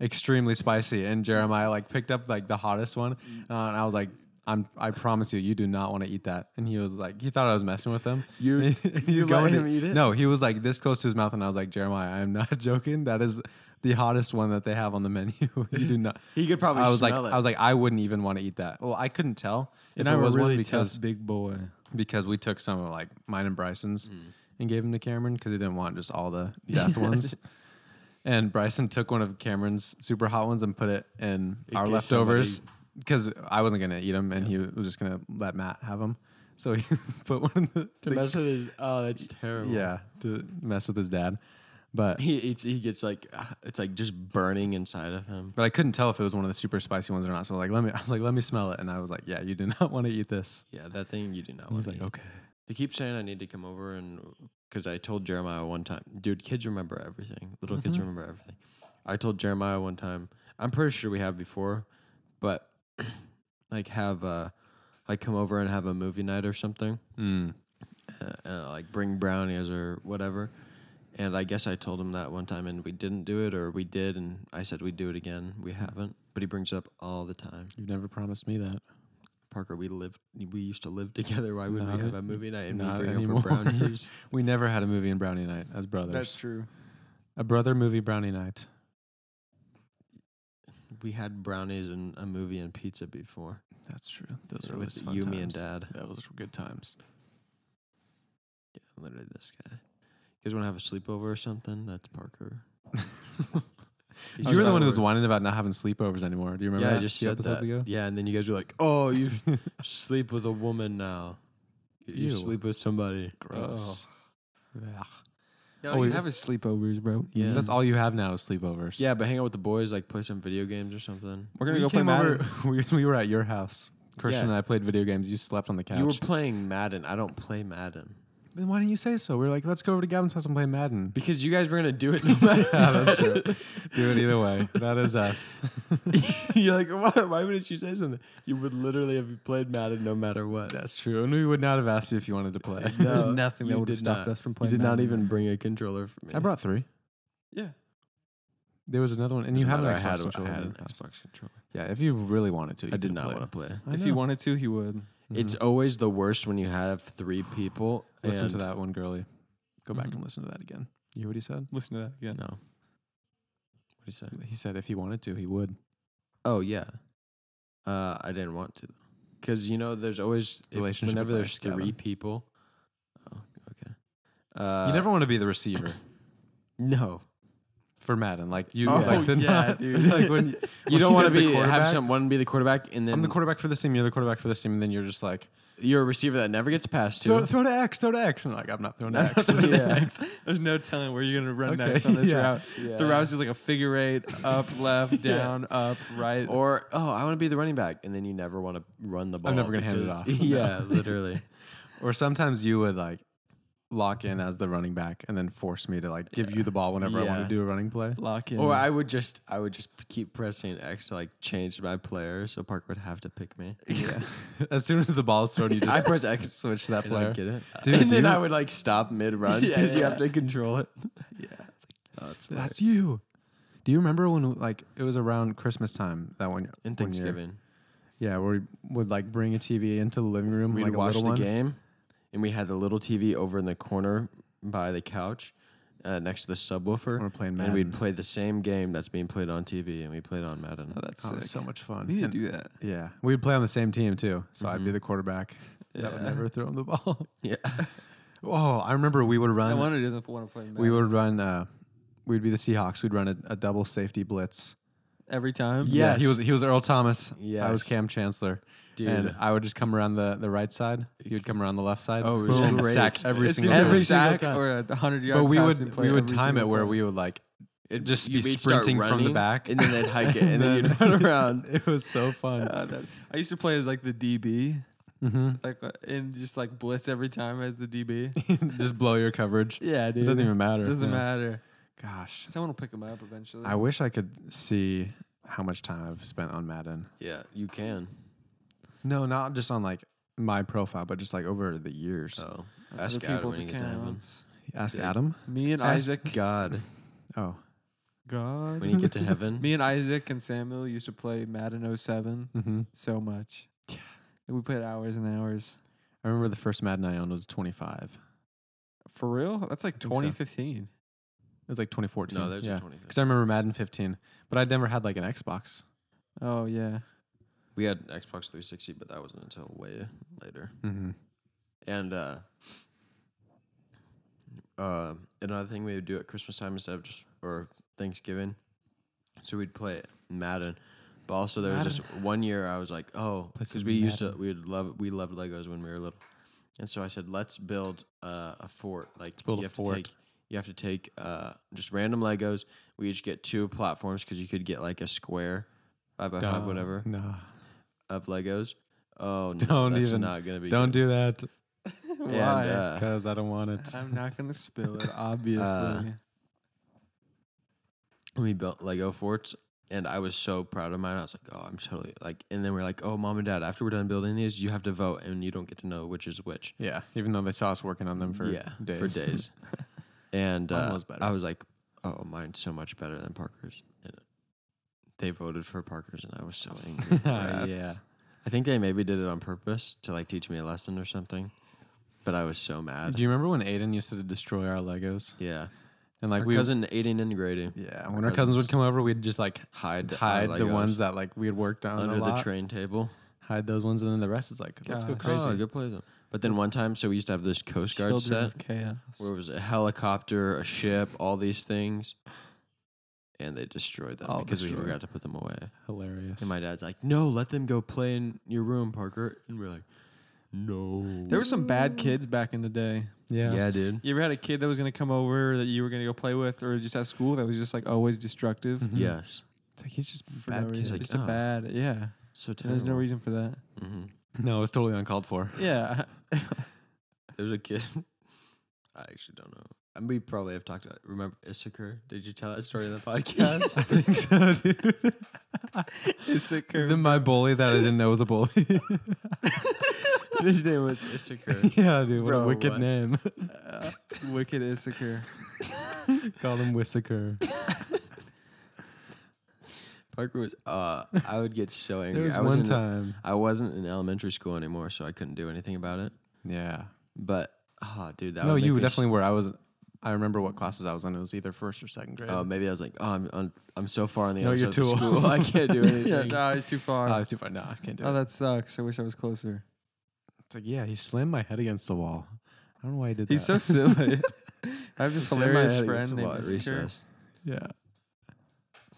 S1: extremely spicy. And Jeremiah like picked up like the hottest one, uh, and I was like, I'm I promise you, you do not want to eat that. And he was like, he thought I was messing with him.
S2: You-
S1: And he- he's
S2: you let
S1: going to-
S2: him eat it?
S1: No, he was like this close to his mouth, and I was like, Jeremiah, I am not joking. That is the hottest one that they have on the menu. you do not.
S2: He could probably
S1: I was like,
S2: smell it.
S1: I was like, I wouldn't even want to eat that. Well, I couldn't tell if
S3: And I
S1: it
S3: was
S1: was
S3: really
S1: one because
S3: tough big boy.
S1: because we took some of like mine and Bryson's
S2: Mm.
S1: and gave them to Cameron because he didn't want just all the death ones. And Bryson took one of Cameron's super hot ones and put it in,
S2: In
S1: our
S2: case
S1: leftovers because I wasn't gonna eat them and he was just gonna let Matt have them. So he put one in the, the-
S2: oh, that's terrible.
S1: yeah to mess with his dad, but
S2: He eats, he gets like ah, it's like just burning inside of him.
S1: but I couldn't tell if it was one of the super spicy ones or not. So like let me I was like let me smell it and I was like yeah you do not want to eat this.
S2: Yeah, that thing you do not
S1: He was
S2: want.
S1: like
S2: to eat.
S1: okay
S2: They keep saying I need to come over and because I told Jeremiah one time, dude, kids remember everything. Little kids
S1: Mm-hmm.
S2: remember everything. I told Jeremiah one time. I'm pretty sure we have before, but like have uh like come over and have a movie night or something.
S1: mm.
S2: uh, uh, like bring brownies or whatever. And I guess I told him that one time, and we didn't do it, or we did, and I said we'd do it again. We haven't, but he brings it up all the time.
S1: you've never promised me that.
S2: Parker, we lived, we used to live together. Why would
S1: Not
S2: we have
S1: it-
S2: a movie night and me
S1: not
S2: bring
S1: anymore.
S2: over brownies?
S1: We never had a movie and brownie night as brothers.
S3: true.
S1: A brother movie brownie night.
S2: we had brownies and a movie and pizza before.
S1: That's true. Those
S2: with you, me, and Dad.
S1: That was good times.
S2: Yeah, literally this guy. You guys want to have a sleepover or something? That's Parker. He's
S1: you were the one who was
S2: over-
S1: whining about not having sleepovers anymore. Do you remember?
S2: Yeah, I
S1: that
S2: just
S1: two
S2: said
S1: episodes
S2: that.
S1: ago.
S2: Yeah, and then you guys were like, "Oh, you sleep with a woman now. You
S1: Ew.
S2: sleep with somebody."
S1: Gross. Ugh.
S3: No,
S1: Oh,
S3: oh, you
S1: yeah.
S3: have his sleepovers, bro.
S2: Yeah.
S1: That's all you have now is sleepovers.
S2: Yeah, but hang out with the boys, like play some video games or something.
S3: We're
S1: we
S3: gonna go play
S1: came over.
S3: Madden.
S1: We, we were at your house. Christian
S2: Yeah.
S1: and I played video games. You slept on the couch.
S2: You were playing Madden. I don't play Madden
S1: then why didn't you say so? We were like, let's go over to Gavin's house and play Madden.
S2: because you guys were gonna do it. No matter.
S1: yeah, that's true. Do it either way. That is us.
S2: You're like, why, why wouldn't you say something? You would literally have played Madden no matter what.
S1: That's true. And we would not have asked you if you wanted to play.
S3: There's
S2: No,
S3: nothing
S2: you
S3: that would have
S2: did
S3: stopped
S2: not.
S3: us from
S2: You
S3: playing.
S2: did not
S3: Madden.
S2: even bring a controller for me.
S1: I brought three.
S3: Yeah.
S1: There was another one, and you
S2: Doesn't
S1: had an
S2: matter,
S1: Xbox
S2: I had, a-
S1: controller.
S2: I had an
S1: didn't you?
S2: Xbox controller.
S1: Yeah, if you really wanted to, you
S2: I did
S1: could
S2: not
S1: play. Mm-hmm.
S2: want to play.
S1: I
S3: if you
S1: know.
S3: wanted to, he would.
S2: It's always the worst when you have three people.
S1: listen to
S2: and- Mm-hmm.
S1: that one, girly. Go back
S3: Mhm.
S1: and listen to that again. You hear what he said?
S3: Listen to that again.
S2: No. What do you say?
S1: He said if he wanted to, he would.
S2: Oh yeah. Uh, I didn't want to, because you know, there's always if,
S1: Relationship
S2: whenever there's
S1: advice,
S2: three
S1: Gavin.
S2: people. Oh, okay. Uh,
S1: you never want to be the receiver
S2: No,
S1: for Madden. Like you,
S2: Oh,
S1: like the,
S2: yeah, dude.
S1: like when you,
S2: you don't want to
S1: get the
S2: be have
S1: quarterbacks.
S2: someone be the quarterback, and then
S1: I'm the quarterback for this team. You're the quarterback for this team, and then you're just like
S2: you're a receiver that never gets passed to.
S1: throw, throw to X, throw to X, and I'm like I'm not throwing to X.
S2: yeah.
S3: There's no telling where you're gonna run
S1: Okay,
S3: next on this
S1: yeah,
S3: route.
S2: yeah.
S3: The route's just like a figure eight, up, left, down, up, right.
S2: Or oh, I want to be the running back, and then you never want to run the ball.
S1: never gonna hand it
S2: because-
S1: off.
S2: Yeah, literally.
S1: Or sometimes you would like lock in as the running back, and then force me to like give you the ball whenever I want
S2: Yeah.
S1: to do a running play.
S3: Lock in.
S2: Or I would just I would just keep pressing X to like change my player, so Parker would have to pick me.
S1: Yeah. as soon as the ball's thrown, you
S2: I
S1: just
S2: press X
S1: switch to that
S2: and I
S1: player.
S2: get it,
S1: Dude,
S2: and then
S1: you-
S2: I would like stop mid run
S3: Yeah,
S2: because you
S3: yeah.
S2: have to control it.
S3: yeah.
S2: Oh, it's
S1: That's you. Do you remember when like it was around Christmas time that one
S2: in
S1: one year?
S2: Thanksgiving.
S1: Yeah, where we would like bring a TV into the living room,
S2: We'd
S1: like
S2: watch
S1: a
S2: the
S1: little one.
S2: game, and we had the little TV over in the corner by the couch, uh, next to the subwoofer.
S1: We're playing
S2: and we'd
S1: Madden.
S2: play the same game that's being played on TV, and we played on Madden.
S3: Oh, that's
S1: Oh, it
S3: sick.
S1: was so much fun.
S3: we need to
S1: And-
S3: do that.
S1: yeah, we'd play on the same team too. So I'd be the quarterback. That would
S3: Yeah.
S1: never throw him the ball.
S2: Yeah,
S1: Oh, I remember we would
S3: I
S1: run.
S3: wonder doesn't want to play.
S1: we
S3: Madden.
S1: would run. Uh, we'd be the Seahawks. We'd run a, a double safety blitz.
S3: every time.
S2: Yeah.
S1: he was he was Earl Thomas. I was
S2: Yes.
S1: Cam Chancellor.
S2: Dude.
S1: And I would just come around the, the right side. He would come around the left side.
S2: Oh, it was
S1: boom,
S2: great.
S1: sack every
S3: It's
S1: single
S3: either
S1: time.
S2: every
S3: a
S2: single
S3: sack
S2: time.
S3: or a hundred yard.
S1: but we
S3: passing
S1: would
S3: play
S1: we would
S3: every
S1: time it
S3: single
S1: where
S3: play.
S1: we would like
S2: it
S1: just be
S2: we'd start
S1: sprinting from the
S2: running,
S1: back.
S2: and then they'd hike it, and then you'd run around.
S1: It was so fun. Mm-hmm.
S3: Uh, that- I used to play as like the DB, like uh, and just like blitz every time as the DB.
S1: just blow your coverage.
S3: yeah, dude.
S1: It doesn't even matter.
S3: Doesn't
S1: Yeah.
S3: matter.
S1: Gosh,
S3: Someone will pick him up eventually.
S1: I wish I could see how much time I've spent on Madden.
S2: Yeah, you can.
S1: No, not just on like my profile, but just like over the years.
S2: Oh,
S3: Other
S2: ask God when you get to heaven.
S3: accounts.
S1: Ask
S2: Dude.
S1: Adam.
S3: Me and
S2: Ask
S3: Isaac.
S2: God
S1: Oh,
S3: God.
S2: when you get to heaven.
S3: Me and Isaac and Samuel used to play Madden 07
S1: hmm
S3: so much.
S1: Yeah.
S3: And we played hours and hours.
S1: I remember the first Madden I owned was 25. It
S3: For real? That's like
S1: think so.
S3: 2015.
S1: was like 2014.
S2: no, there's
S1: yeah.
S2: a 25.
S1: Because I remember Madden 15, but I'd never had like an Xbox.
S3: Oh yeah.
S2: We had Xbox 360, but that wasn't until way later.
S1: Mm-hmm.
S2: And uh, uh, another thing we would do at Christmas time instead of just or Thanksgiving, so we'd play Madden. But also there was this one year I was like, oh,
S1: Play
S2: because
S1: some
S2: we used to we would love we loved Legos when we were little, and so I said let's build uh, a fort. Like
S1: build
S2: you
S1: a
S2: have
S1: fort.
S2: to take you have to take uh, just random Legos. We each get two platforms because you could get like a square, five by five, whatever
S1: No,
S2: of Legos. Oh, no,
S1: Don't
S2: that's
S1: even-
S2: not gonna be.
S1: don't do that
S2: good.
S3: Why?
S2: And, uh,
S1: because I don't want it.
S3: I'm not gonna spill it, obviously.
S2: we built Lego forts, and I was so proud of mine. I was like, oh, I'm totally like. And then we're like, oh, mom and dad, after we're done building these, you have to vote, and you don't get to know which is which.
S1: Yeah, even though they saw us working on them for
S2: yeah,
S1: days.
S2: for days. and
S1: Mine
S2: uh,
S1: was better.
S2: I was like, oh, mine's so much better than Parker's. And they voted for Parker's, and I was so angry.
S1: yeah.
S3: That's-
S2: I think they maybe did it on purpose to like teach me a lesson or something, but I was so mad.
S1: Do you remember when Aiden used to destroy our Legos?
S2: yeah,
S1: And like
S2: our
S1: we,
S2: cousin Aiden and Grady
S1: yeah, when our cousins would
S2: cousins.
S1: come over, we'd just like
S2: hide our
S1: hide the
S2: Legos
S1: ones that like we had worked on
S2: under
S1: a
S2: the
S1: lot,
S2: train table.
S1: hide those ones, and then the rest is like let's go
S3: Gosh.
S1: crazy.
S2: Oh, good play though. But then one time, so we used to have this Coast Guard
S3: Children
S2: set
S3: of chaos.
S2: where it was a helicopter, a ship, all these things, and they destroyed them
S1: All
S2: because we
S1: destroyed.
S2: forgot to put them away.
S1: Hilarious.
S2: And my dad's like, "No, let them go play in your room, Parker." And we're like, "No."
S3: There were some bad kids back in the day.
S1: yeah.
S2: yeah, dude.
S3: You ever had a kid that was gonna come over that you were gonna go play with, or just at school that was just like always destructive?
S1: Mm-hmm.
S2: Yes.
S1: It's like he's just
S3: For
S1: bad
S3: no
S1: kid.
S3: reason.
S2: Mm-hmm. like,
S3: just a
S2: "Oh,
S3: bad, yeah.
S2: So
S3: And there's no
S2: terrible.
S3: reason for that.
S2: Mhm.
S1: No, it's totally uncalled for.
S3: Yeah.
S2: There's a kid. I actually don't know. I mean, we probably have talked about. It. Remember Issachar? Did you tell that story in the podcast?
S1: I think so, dude.
S3: Is it curved?
S1: then my bully that I didn't know was a bully.
S2: His name was Issachar.
S1: yeah, dude. What a
S2: Bro,
S1: wicked
S2: what?
S1: name.
S3: Wicked Issachar.
S1: Call him Whisker.
S2: Parker was. Uh, I would get so angry.
S1: There was
S2: I was
S1: one
S2: in-
S1: time.
S2: I wasn't in elementary school anymore, so I couldn't do anything about it.
S1: Yeah.
S2: But oh, dude, that
S1: no,
S2: would make
S1: you
S2: me
S1: definitely were. I was. I remember what classes I was on. It was either first or second grade. Um,
S2: So, oh, maybe I was like, oh, I'm I'm, I'm so far on the
S1: No,
S2: other
S1: you're
S2: side of the
S1: too old.
S2: school, I can't do anything.
S3: yeah, no, it's too
S1: oh,
S3: far.
S1: I was too far. No, I can't do
S3: oh,
S1: it.
S3: that sucks. I wish I was closer.
S1: It's like, yeah, he slammed my head against the wall. I don't know why he did
S3: He's so
S1: that.
S3: silly. I have this
S2: Sam, I
S3: hilarious
S2: had to
S3: friend
S2: get
S3: named
S2: swat at
S3: Insecure.
S2: recess.
S1: yeah.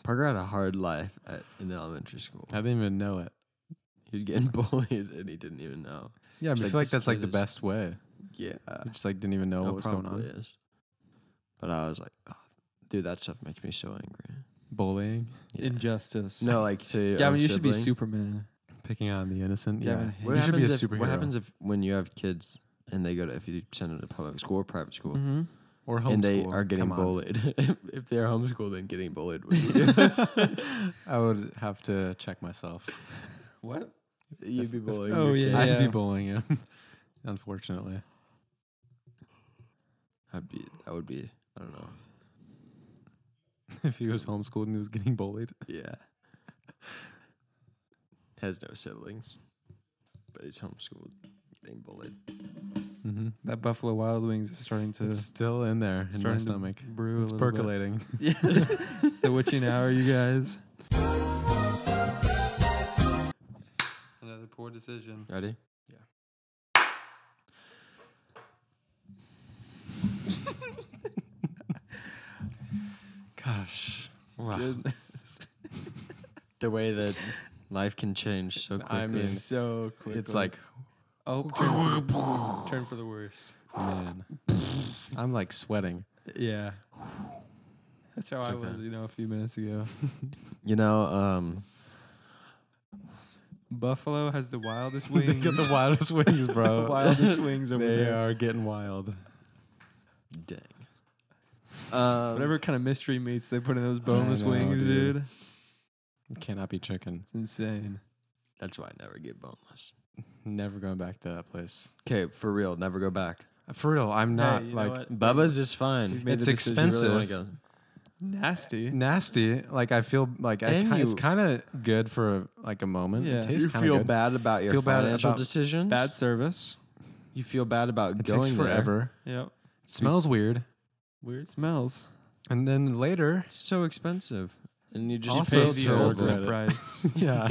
S2: Parker had a hard life at, in elementary school.
S1: I didn't even know it.
S2: He was getting bullied, and he didn't even know.
S1: Yeah, but
S2: It's
S1: I
S2: like,
S1: feel like
S2: this
S1: that's like
S2: kid
S1: the
S2: is-
S1: best way.
S2: Yeah,
S1: I just like didn't even know
S2: No,
S1: what was going
S2: probably
S1: on.
S2: is. But I was like, oh, dude, that stuff makes me so angry.
S1: Bullying,
S2: Yeah.
S3: Injustice.
S2: No, like to your
S3: Gavin,
S2: own
S3: you should be
S2: sibling.
S3: Superman.
S1: picking on the innocent. Yeah,
S3: Gavin,
S2: What
S1: you should be a
S2: happens if-
S1: superhero
S2: What happens if when you have kids and they go to if you send them to public school or private school
S3: Mm-hmm.
S1: or homeschool.
S2: and they are getting
S1: Come on.
S2: bullied? if, if they're homeschooled and getting bullied, what do you do?
S1: I would have to check myself.
S3: What?
S2: you'd be bullying.
S3: oh,
S2: your
S3: yeah.
S2: kid.
S1: I'd be bullying him, unfortunately.
S2: I'd be. That would be. I don't know.
S1: If he was homeschooled and he was getting bullied,
S2: Yeah. Has no siblings, but he's homeschooled, getting bullied.
S1: mm-hmm.
S3: That Buffalo Wild Wings is starting to
S1: it's still in there in my
S3: starting to
S1: stomach.
S3: brew.
S1: It's
S3: a little bit.
S1: percolating.
S3: It's the witching hour, you guys. Another poor decision.
S2: Ready?
S1: Gosh,
S2: The way that life can change so quickly.
S1: I'm
S2: and
S3: so quick.
S1: it's like
S3: oh, turn for, turn for the worst.
S1: man, I'm like sweating.
S3: Yeah, that's how I
S2: okay.
S3: was, you know, a few minutes ago.
S2: You know, um,
S3: Buffalo has the wildest
S1: they
S3: wings.
S1: got the wildest wings, bro.
S3: wildest wings over
S1: They
S3: there.
S1: are getting wild.
S2: dang. Um,
S3: Whatever kind of mystery meats they put in those boneless
S1: know,
S3: wings,
S1: dude.
S3: dude.
S1: It cannot be chicken.
S3: It's insane.
S2: That's why I never get boneless.
S1: Never going back to that place.
S2: Okay, for real, never go back.
S1: For real, I'm not
S3: you know
S1: like
S3: what?
S2: Bubba's is
S3: We've
S2: fine.
S3: made
S1: It's
S3: the decision.
S2: You really wanna
S1: expensive.
S2: go.
S3: Nasty.
S1: nasty. Like I feel like I
S2: And
S1: ki- it's
S2: you-
S1: kind of good for a, like a moment.
S3: Yeah.
S1: It tastes
S2: You
S1: kinda
S2: feel
S1: good.
S2: bad about your
S1: Feel bad
S2: financial
S1: about-
S2: decisions.
S3: Bad service.
S2: you feel bad about
S1: It
S2: going
S1: takes
S2: there.
S1: forever.
S3: Yep.
S1: It smells weird,
S3: Weird smells.
S1: and then later,
S2: It's so expensive, and you just
S1: Also
S2: pay
S1: so
S2: the
S1: terrible.
S2: ultimate.
S3: price.
S1: yeah.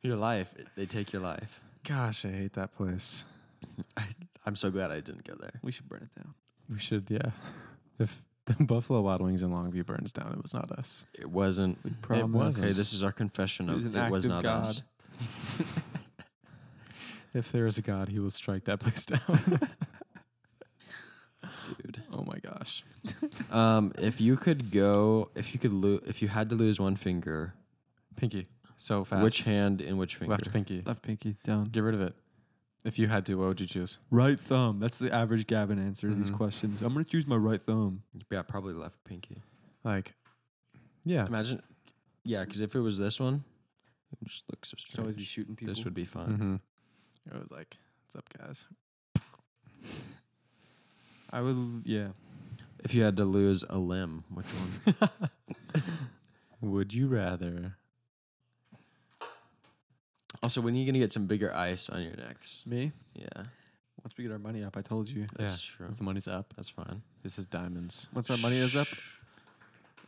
S2: Your life, it- they take your life.
S1: Gosh, I hate that place.
S2: I'm so glad I didn't go there.
S3: we should burn it down.
S1: We should, yeah. If the Buffalo Wild Wings in Longview burns down, it was not us.
S2: It wasn't.
S1: It was.
S2: Okay, this is our confession
S3: It
S2: of
S3: was an
S2: it
S3: act
S2: was
S3: of
S2: not
S3: God.
S2: us.
S1: If there is a God, He will strike that place down.
S2: Dude.
S1: oh my gosh.
S2: Um, if you could go, if you could lose, if you had to lose one finger,
S1: Pinky, so fast.
S2: which hand and which finger?
S1: left pinky?
S3: Left pinky down.
S1: Get rid of it. If you had to, what would you choose?
S3: Right thumb. That's the average Gavin answer to these
S1: Mhm.
S3: questions. I'm gonna choose my right thumb.
S2: Yeah, probably left pinky.
S1: Like, yeah,
S2: Imagine, yeah, because if it was this one, it would just looks so
S3: Should always be
S2: strange.
S3: shooting people.
S2: This would be fun.
S1: hmm It was like, "What's up, guys?"
S3: I would. Yeah.
S2: If you had to lose a limb, which one?
S1: Would you rather?
S2: also, when are you gonna get some bigger ice on your necks?
S3: Me.
S2: Yeah,
S3: Once we get our money up, I told you.
S2: that's true.
S1: The money's up.
S2: That's fine.
S1: This is diamonds.
S3: Once our money is up,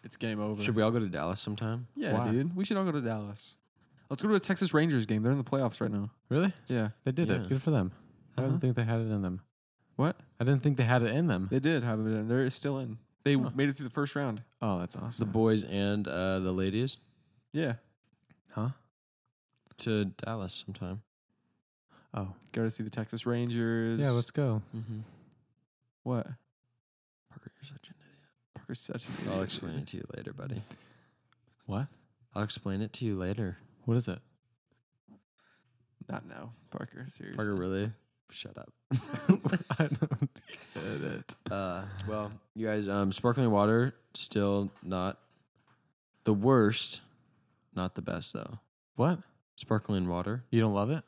S3: it's game over.
S2: Should we all go to Dallas sometime?
S3: Yeah,
S1: Why?
S3: dude. We should all go to Dallas. Let's go to a Texas Rangers game. They're in the playoffs right now.
S1: Really?
S3: Yeah.
S1: They did
S2: Yeah.
S1: it. Good for them. I
S3: Uh-huh.
S1: didn't think they had it in them.
S3: What?
S1: I didn't think they had it in them.
S3: They did have it, and they're still in. They
S1: Huh.
S3: made it through the first round.
S1: oh, that's
S2: The
S1: awesome.
S2: boys and uh, the ladies
S3: Yeah.
S1: huh?
S2: to Dallas sometime.
S1: Oh,
S3: Go to see the Texas Rangers.
S1: yeah. Let's go.
S2: Mm-hmm.
S3: what?
S2: Parker, you're such an idiot.
S3: Parker's such. an
S2: I'll
S3: idiot,
S2: explain
S3: dude.
S2: it to you later, buddy.
S1: What?
S2: I'll explain it to you later.
S1: What is it?
S3: Not now, Parker. Seriously.
S2: Parker, really? Shut up.
S1: I don't get it.
S2: Uh, well, you guys, um, sparkling water still not the worst, not the best though.
S1: What?
S2: Sparkling water?
S1: You don't love it?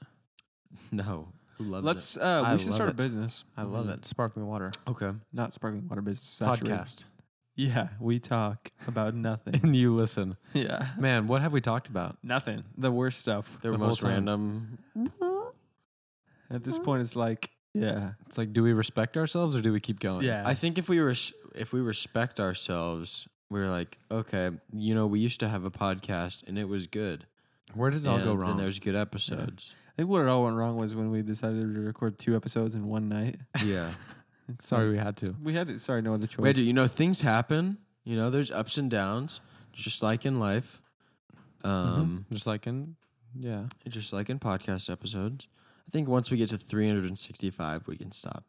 S2: No, who loves
S3: Let's. Uh,
S2: I
S3: we should
S2: love
S3: start
S2: it.
S3: a business,
S1: I love
S2: Mm.
S1: it. Sparkling water
S2: it? Okay,
S3: not sparkling water business. Saturated.
S1: podcast.
S3: Yeah, we talk about nothing.
S1: and you listen.
S3: yeah,
S1: Man, what have we talked about?
S3: nothing. The worst stuff.
S2: They're
S1: The whole
S2: most
S1: time.
S2: random.
S3: At this point, it's like, yeah,
S1: It's like, do we respect ourselves or do we keep going?
S3: yeah.
S2: I think if we res- if we respect ourselves, we're like, okay, you know, we used to have a podcast and it was good.
S1: Where did it all go
S2: And-
S1: wrong?
S2: And there's good episodes.
S3: I think what it all went wrong was when we decided to record two episodes in one night.
S2: yeah.
S3: It's
S1: Sorry, we
S3: like-
S1: had to.
S3: we had to, sorry, no other choice.
S2: Wait, dude, you know things happen. You know, there's ups and downs, just like in life,
S1: Mm-hmm.
S2: um,
S1: Just like in, yeah.
S2: just like in podcast episodes. I think once we get to 365, we can stop.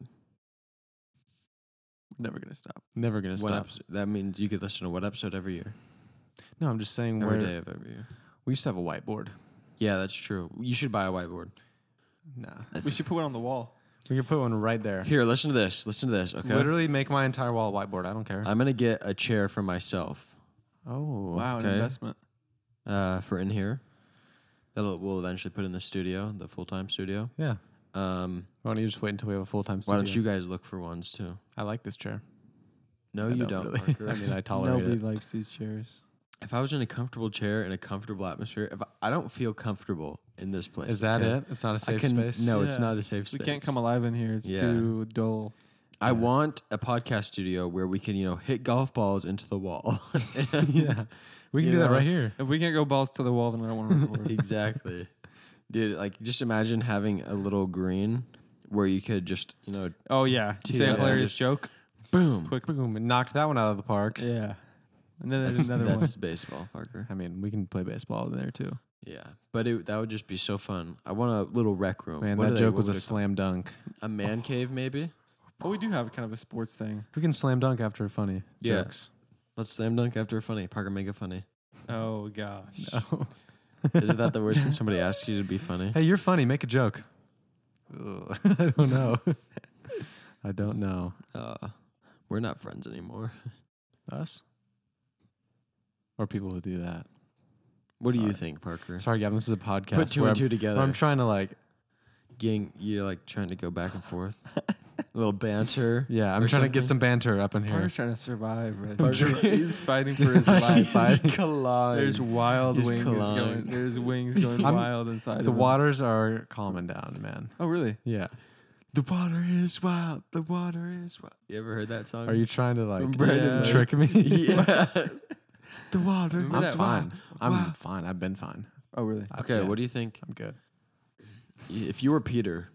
S3: Never gonna stop.
S1: Never gonna
S2: One
S1: stop.
S2: episode- that means you could listen to what episode every year,
S1: No, I'm just saying.
S2: every
S1: where
S2: day of every year.
S1: we used to have a whiteboard.
S2: Yeah, that's true. You should buy a whiteboard.
S1: Nah,
S3: We should put one on the wall.
S1: we could put one right there.
S2: Here, listen to this. Listen to this. Okay,
S1: Literally make my entire wall a whiteboard. I don't care.
S2: I'm gonna get a chair for myself
S1: oh,
S3: Wow, an
S2: okay.
S3: investment.
S2: uh, for in here. That we'll eventually put in the studio, the full time studio.
S1: Yeah.
S2: Um,
S1: Why don't you just wait until we have a full time
S2: why
S1: studio?
S2: don't you guys look for ones too?
S1: I like this chair.
S2: No,
S1: I
S2: you
S1: don't
S2: don't.
S1: really.
S2: Parker.
S1: I mean, I tolerate
S3: Nobody
S1: it.
S3: likes these chairs.
S2: If I was in a comfortable chair in a comfortable atmosphere, if I, I don't feel comfortable in this place,
S1: Is that
S2: okay?
S1: it? It's not a
S2: I
S1: safe
S2: can,
S1: space.
S2: No, it's
S3: Yeah.
S2: not a safe
S3: We
S2: space.
S3: can't come alive in here. It's
S2: Yeah.
S3: too dull.
S2: I want a podcast studio where we can, you know, hit golf balls into the wall.
S1: yeah, we can
S3: You
S1: do that
S3: know,
S1: right here.
S3: If we can't go balls to the wall, then I don't want to record.
S2: exactly, dude. Like, just imagine having a little green where you could just, you know,
S3: oh yeah,
S2: Too
S3: say a
S2: bad.
S3: hilarious joke.
S2: boom.
S3: Quick.
S1: Boom! and Knocked that one out of the park.
S3: Yeah, and then
S2: That's,
S3: there's another one.
S2: that's baseball, Parker.
S1: I mean, we can play baseball in there too.
S2: Yeah, but it, that would just be so fun. I want a little rec room.
S1: Man,
S2: What
S1: that
S2: are they-
S1: joke
S2: what
S1: was a
S2: would it-
S1: slam dunk.
S2: a man cave, maybe.
S3: Oh, we do have kind of a sports thing.
S1: We can slam dunk after funny
S2: Yeah.
S1: jokes.
S2: Let's slam dunk after a funny. Parker, make it funny.
S3: Oh gosh.
S1: No.
S2: Isn't that the worst when somebody asks you to be funny?
S1: Hey, you're funny. Make a joke. I don't know. I don't know.
S2: Uh, we're not friends anymore.
S1: Us? Or people who do that.
S2: What do you
S1: Sorry.
S2: think, Parker?
S1: Sorry, Gavin. This is a podcast.
S2: Put two
S1: where
S2: and
S1: I'm,
S2: two together.
S1: where I'm trying to like,
S2: Getting, you're like trying to go back and forth. a little banter.
S1: yeah, I'm
S2: Or
S1: trying to get
S2: something.
S1: some banter up in here.
S3: Parker's trying to survive. Right?
S2: Parker-
S3: now. he's fighting for his life.
S2: collide.
S3: There's wild
S2: He's
S3: wings
S2: colliding.
S3: going. There's wings going
S1: I'm-
S3: wild inside. of
S1: The
S3: him.
S1: waters are calming down, man.
S3: Oh really?
S1: Yeah.
S2: the water is wild. The water is wild. You ever heard that song?
S1: Are you trying to like
S3: Brandon
S1: trick me?
S2: yeah. the water
S3: Remember
S1: I'm
S3: that-
S1: fine. I'm
S2: wow.
S1: fine. I've been fine.
S3: Oh really?
S1: I've-
S2: Okay,
S1: yeah,
S2: what do you think?
S1: I'm good.
S2: If you were Peter,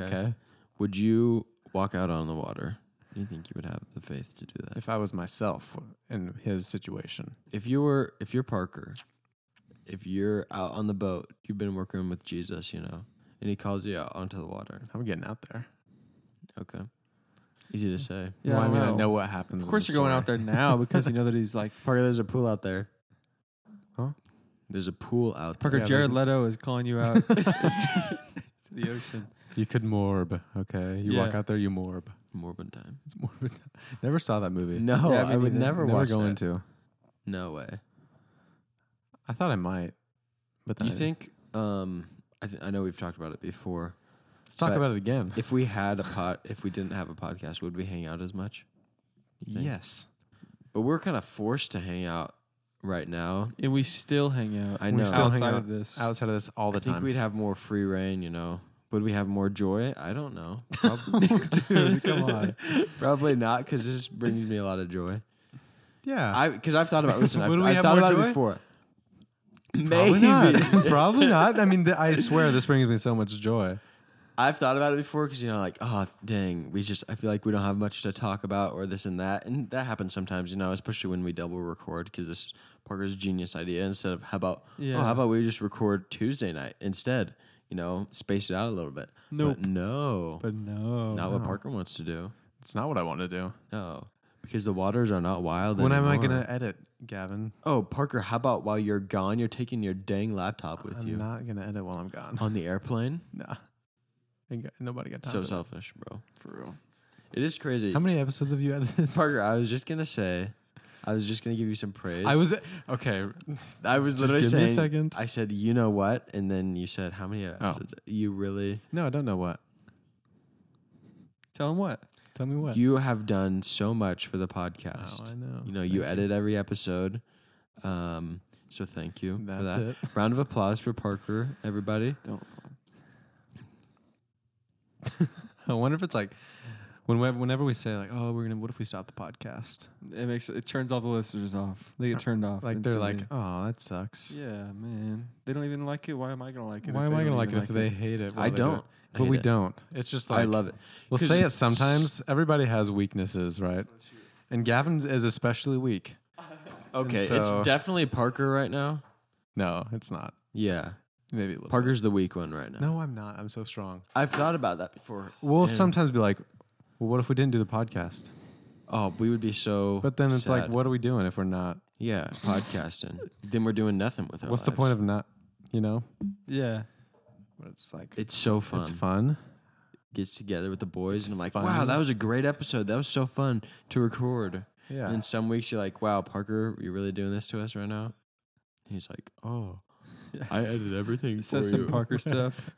S2: okay,
S1: Okay.
S2: would you walk out on the water? Do you think you would have the faith to do that?
S1: If I was myself in his situation,
S2: if you were if you're Parker, if you're out on the boat, you've been working with Jesus, you know, and he calls you out onto the water.
S1: I'm getting out there.
S2: Okay. Easy to say.
S1: well, I mean, I
S3: wow.
S1: know what happens.
S3: Of course, you're going out there now because you know that he's like
S2: Parker, there's a pool out there.
S1: Huh?
S2: The's a pool out there.
S3: Parker.
S1: Yeah,
S3: Jared
S1: there's-
S3: Leto is calling you out to the ocean.
S1: You could morb. Okay. You walk
S3: Yeah.
S1: out there, you morb.
S2: Morbid time.
S1: It's morbid. Never saw that movie.
S2: No,
S3: Yeah, me
S2: I would
S3: neither.
S2: never,
S1: Never
S2: watch
S1: going
S2: that.
S1: to.
S2: No way.
S1: I thought I might. But then
S2: You
S1: I-
S2: think? Um, I th- I know we've talked about it before.
S1: Let's talk
S2: but-
S1: about it again.
S2: If we had a pot, if we didn't have a podcast, would we hang out as much? You think?
S1: Yes.
S2: But we're kind of forced to hang out right now.
S3: And we still hang out.
S2: I
S1: We
S2: know.
S1: still hang
S3: outside
S1: out
S3: of this.
S1: Outside of this, all the
S2: I think
S1: time.
S2: we'd have more free reign, you know. Would we have more joy? I don't know. Probably,
S1: Dude, come on.
S2: probably not, because this brings me a lot of joy.
S1: Yeah.
S2: I because I've thought about listen, I've,
S1: Would we
S2: I've
S1: have
S2: thought
S1: more
S2: about
S1: joy?
S2: it before.
S1: Probably
S2: Maybe
S1: not. Probably not. I mean, th- I swear this brings me so much joy.
S2: I've thought about it before because you know, like, oh dang, we just I feel like we don't have much to talk about or this and that, and that happens sometimes, you know, especially when we double record because this is Parker's genius idea instead of how about oh
S3: Yeah.
S2: how about we just record Tuesday night instead, you know, space it out a little bit.
S3: Nope.
S2: But oh, no,
S3: but no.
S2: not what Parker wants to do.
S1: It's not what I want to do.
S2: No, Oh. because the waters are not wild.
S1: When am I
S2: anymore.
S1: gonna edit, Gavin?
S2: Oh, Parker, how about while you're gone, you're taking your dang laptop with
S1: I'm
S2: you
S1: not gonna edit while I'm gone.
S2: on the airplane?
S1: Nah. Ain't got- nobody got time.
S2: So
S1: for that.
S2: selfish, bro. For real, it is crazy.
S1: How many episodes have you edited?
S2: Parker, I was just gonna say, I was just gonna give you some praise.
S1: I was okay.
S2: I was
S1: just
S2: literally
S1: give me a
S2: saying.
S1: second. Oh.
S2: I said, you know what, and then you said, how many episodes? You really?
S1: No, I don't know what.
S3: Tell him what.
S1: Tell me what.
S2: You have done so much for the
S1: oh,
S2: podcast.
S1: I know.
S2: you know, you edit every episode. Um, so thank you for
S1: That's
S2: that.
S1: it.
S2: Round of applause for Parker, everybody.
S3: Don't.
S1: I wonder if it's like when we- whenever we say like, oh, we're gonna. What if we stop the podcast?
S3: It makes it turns all the listeners off. They get turned off.
S1: Uh, Like they're like,
S3: instantly.
S1: oh, that sucks.
S3: yeah, man. They don't even like it. Why am I gonna like it?
S1: Why
S3: if
S1: am
S3: they
S1: I
S3: don't
S1: gonna like it
S3: even
S1: if they hate it? while
S2: I
S1: they do
S2: don't.
S1: it?
S2: I
S1: But
S2: hate
S1: we
S2: it.
S1: don't. It's just like
S2: I love it.
S1: We'll
S2: 'Cause
S1: say it
S2: it's-
S1: sometimes. Everybody has weaknesses, right? And Gavin is especially weak.
S2: Okay,
S1: so-
S2: it's definitely Parker right now.
S1: No, it's not.
S2: Yeah,
S1: Maybe a little.
S2: Parker's the weak one right now.
S1: No, I'm not. I'm so strong.
S2: I've thought about that before.
S1: We'll
S2: and-
S1: sometimes be like, well, what if we didn't do the podcast?
S2: Oh, we would be so.
S1: But then it's like,
S2: sad.
S1: what are we doing if we're not?
S2: Yeah, podcasting. then we're doing nothing with it.
S1: What's the point of not? You know,
S3: Yeah.
S1: But it's like
S2: It's so fun.
S1: it's fun.
S2: Gets together with the boys, and I'm like,
S1: fun.
S2: wow, that was a great episode. That was so fun to record.
S1: Yeah.
S2: And then some weeks you're like, wow, Parker, you're really doing this to us right now. And he's like, oh, I edit everything for
S3: Says some
S2: you.
S3: Parker stuff.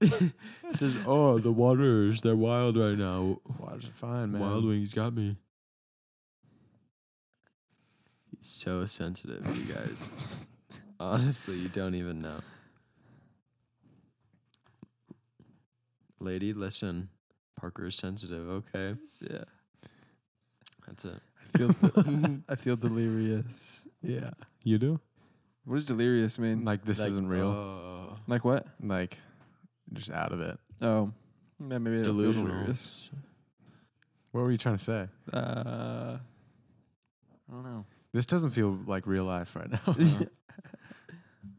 S2: He says, oh, the waters, they're wild right now.
S1: Watch it fun, man.
S2: Wild Wings got me. He's so sensitive, you guys. Honestly, you don't even know. Lady, listen. Parker is sensitive, okay?
S3: Yeah.
S2: That's it.
S3: I feel. de- I feel delirious.
S1: Yeah, you do.
S3: What does delirious mean?
S1: Like this
S2: Like,
S1: isn't real.
S2: oh,
S3: Like what?
S1: like just out of it.
S3: Oh, yeah, maybe I don't feel
S2: delusional.
S3: delirious.
S1: What were you trying to say?
S3: Uh, I don't know.
S1: This doesn't feel like real life right now.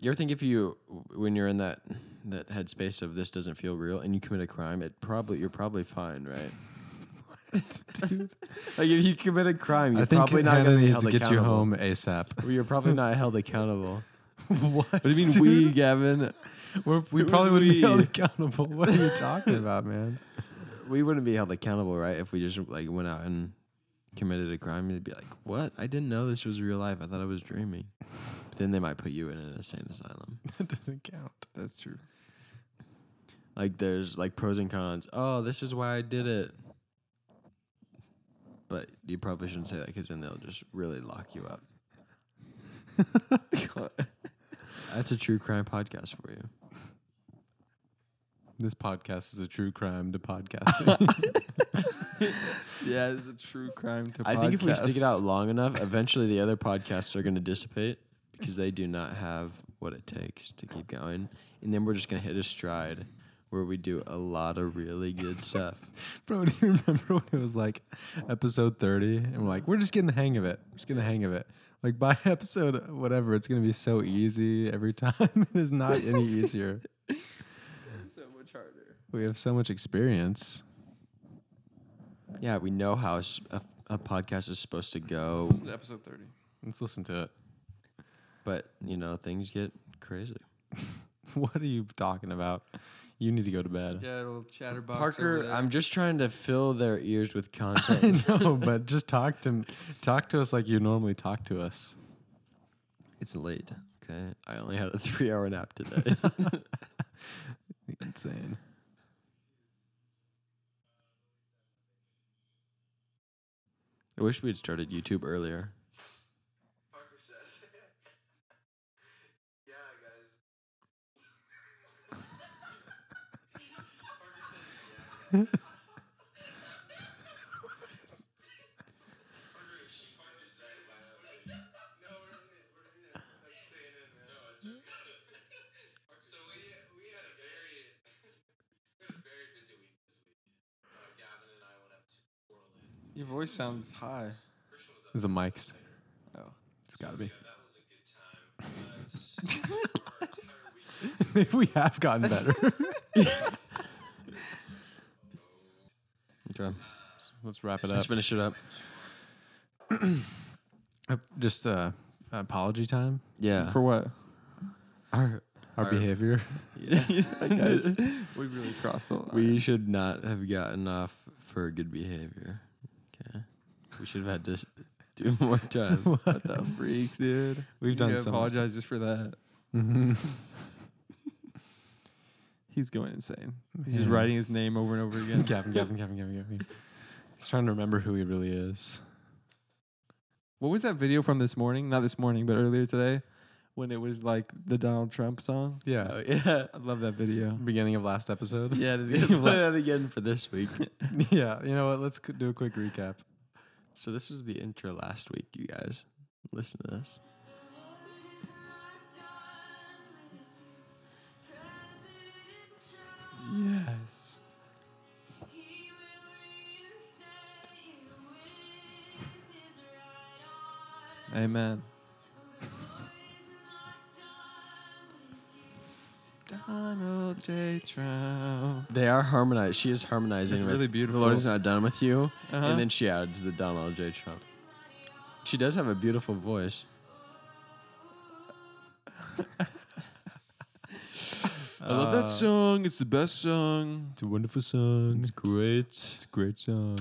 S2: You ever think if you, when you're in that that headspace of this doesn't feel real, and you commit a crime, it probably you're probably fine, right? like if you commit a crime, you're
S1: I think
S2: probably not
S1: Hannah
S2: going to be
S1: needs
S2: held
S1: to get you
S2: accountable.
S1: home ASAP.
S2: Well, You're probably not held accountable.
S1: what?
S3: What do you mean we, Gavin?
S1: We're, we
S3: was
S1: probably wouldn't be held
S3: weed.
S1: accountable. What are you talking about, man?
S2: We wouldn't be held accountable, right? If we just like went out and committed a crime, you'd be like, "What? I didn't know this was real life. I thought I was dreaming." But then they might put you in an insane asylum.
S1: That doesn't count.
S3: That's true.
S2: Like there's like pros and cons. Oh, this is why I did it. But you probably shouldn't say that because then they'll just really lock you up. That's a true crime podcast for you.
S1: This podcast is a true crime to podcasting.
S3: yeah, it's a true crime to.
S2: I think if we stick it
S3: podcasts.
S2: out long enough, eventually the other podcasts are going to dissipate because they do not have what it takes to keep going. And then we're just going to hit a stride where we do a lot of really good stuff.
S1: Bro, do you remember when it was like episode 30 and we're like, we're just getting the hang of it. We're just getting the hang of it. Like by episode whatever, it's going to be so easy every time. it is not any easier.
S3: so much harder.
S1: We have so much experience.
S2: Yeah, we know how s- a, a podcast is supposed to go,
S3: Listen to episode thirty.
S1: Let's listen to it.
S2: but you know, things get crazy.
S1: What are you talking about? You need to go to bed.
S3: Yeah, it'll chatterbox.
S2: Parker, I'm just trying to fill their ears with content.
S1: no, but just talk to m- talk to us like you normally talk to us.
S2: it's late. Okay. I only had a three hour nap today.
S1: Insane.
S2: I wish we had started YouTube earlier.
S4: Parker says. yeah, guys. Parker says, yeah, guys. Parker, she Parker says, no, we're in it, we're in it. That's staying in, man. No, it's okay. so we, we had a very, we had a very busy week this week. Uh, Gavin and I went up to Portland.
S3: Your voice sounds high.
S4: Christian was up
S1: Is the mics?
S3: Oh,
S1: It's gotta be.
S4: yeah, that was a good time. But our entire weekend,
S1: we have gotten better.
S2: Okay.
S1: Let's wrap it up.
S2: Let's finish it up.
S1: Uh, Just uh, apology time.
S2: Yeah.
S3: For what?
S1: Our our
S2: Our-
S1: behavior.
S3: guys, we really crossed the line.
S2: We should not have gotten off for good behavior. Okay. We should have had to do more time.
S3: what the freak, dude?
S1: We've
S3: You
S1: done
S3: gotta
S1: so much.
S3: apologize just for that.
S1: Mhm.
S3: He's going insane. He's just
S1: Yeah.
S3: writing his name over and over again.
S1: Gavin, Gavin, Gavin, Gavin, Gavin. He's trying to remember who he really is.
S3: What was that video from this morning? Not this morning, but earlier today, when it was like the Donald Trump song.
S1: Yeah.
S2: Oh, yeah.
S3: I love that video.
S1: Uh, Beginning of last episode.
S2: Yeah, did you play that again for this week?
S1: yeah. You know what? Let's c- do a quick recap.
S2: so this was the intro last week, you guys. Listen to this.
S3: Yes. Amen. Donald J. Trump.
S2: They are harmonized. She is harmonizing.
S3: It's
S2: with,
S3: really beautiful.
S2: The Lord is not done with you,
S3: Uh-huh.
S2: and then she adds the Donald J. Trump. She does have a beautiful voice.
S3: I love
S1: Uh,
S3: that song. It's the best song.
S1: It's a wonderful song.
S2: It's great.
S1: a great song.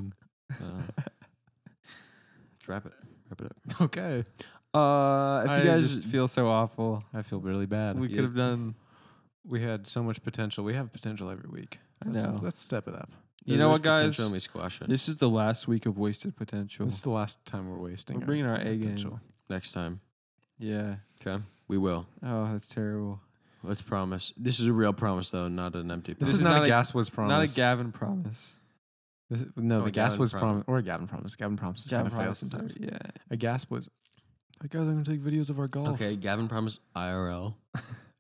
S2: Uh, let's wrap it. Wrap it up.
S1: Okay.
S2: Uh, if
S3: I
S2: you guys
S3: just feel so awful.
S1: I feel really bad.
S3: We
S1: We,
S3: could have done.
S1: had so much potential. We have potential every week.
S3: I
S1: Let's,
S3: know.
S1: let's step it up.
S3: You know what, guys?
S2: Potential and we squash it
S3: This is the last week of wasted potential.
S1: This is the last time we're wasting.
S3: We're bringing our A game.
S1: potential.
S2: next time.
S3: Yeah.
S2: Okay, we will.
S3: Oh, that's terrible.
S2: Let's promise. This is a real promise, though, not an empty.
S1: This,
S2: promise.
S1: is, not, a gas was promised.
S3: Not a Gavin promise.
S1: This is- no,
S2: Oh,
S1: the gas
S2: Gavin
S1: was
S2: promise.
S1: promised, or a Gavin promise. Gavin promises kind of fail
S3: promises
S1: sometimes.
S3: are- Yeah.
S1: A gas was. Like, guys, I'm gonna take videos of our golf.
S2: Okay, Gavin promised IRL.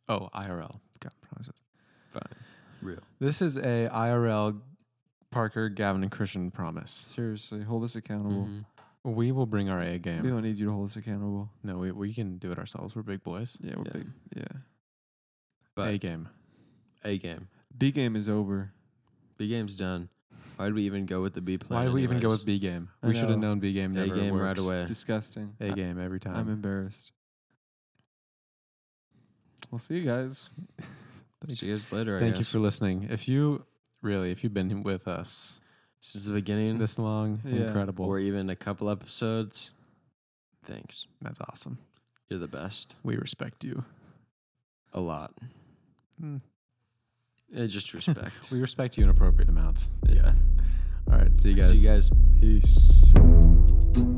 S1: Oh, IRL. Gavin promises.
S2: Fine, real.
S1: This is a IRL Parker, Gavin, and Christian promise.
S3: Seriously, hold us accountable.
S1: Mm-hmm.
S2: Mhm.
S1: We will bring our A
S3: We
S1: game.
S3: don't need you to hold us accountable.
S1: No, we, we can do it ourselves. We're big boys.
S3: Yeah, we're
S2: Yeah.
S3: big. Yeah.
S2: But-
S1: a game.
S2: A game.
S3: B game is over.
S2: B game's done. Why did we even go with the B plan?
S1: Why did we even go
S2: anyways?
S1: with B game?
S3: I
S1: We should have
S3: know.
S1: known B game.
S2: A
S1: never
S2: game right
S1: works.
S2: away?
S3: Disgusting.
S1: A game every time.
S3: I'm embarrassed. We'll see you guys.
S1: Thanks.
S2: See you guys later. I
S1: Thank you
S2: guess.
S1: for listening. If you really, if you've been with us
S2: This is the beginning,
S1: this long,
S3: Yeah.
S1: incredible.
S2: or even a couple episodes. Thanks.
S1: That's awesome.
S2: You're the best.
S1: We respect you.
S2: A lot.
S1: Mm.
S2: Uh, just respect.
S1: We respect you in appropriate amounts.
S2: yeah.
S1: All right. See you guys.
S2: See you guys.
S1: Peace.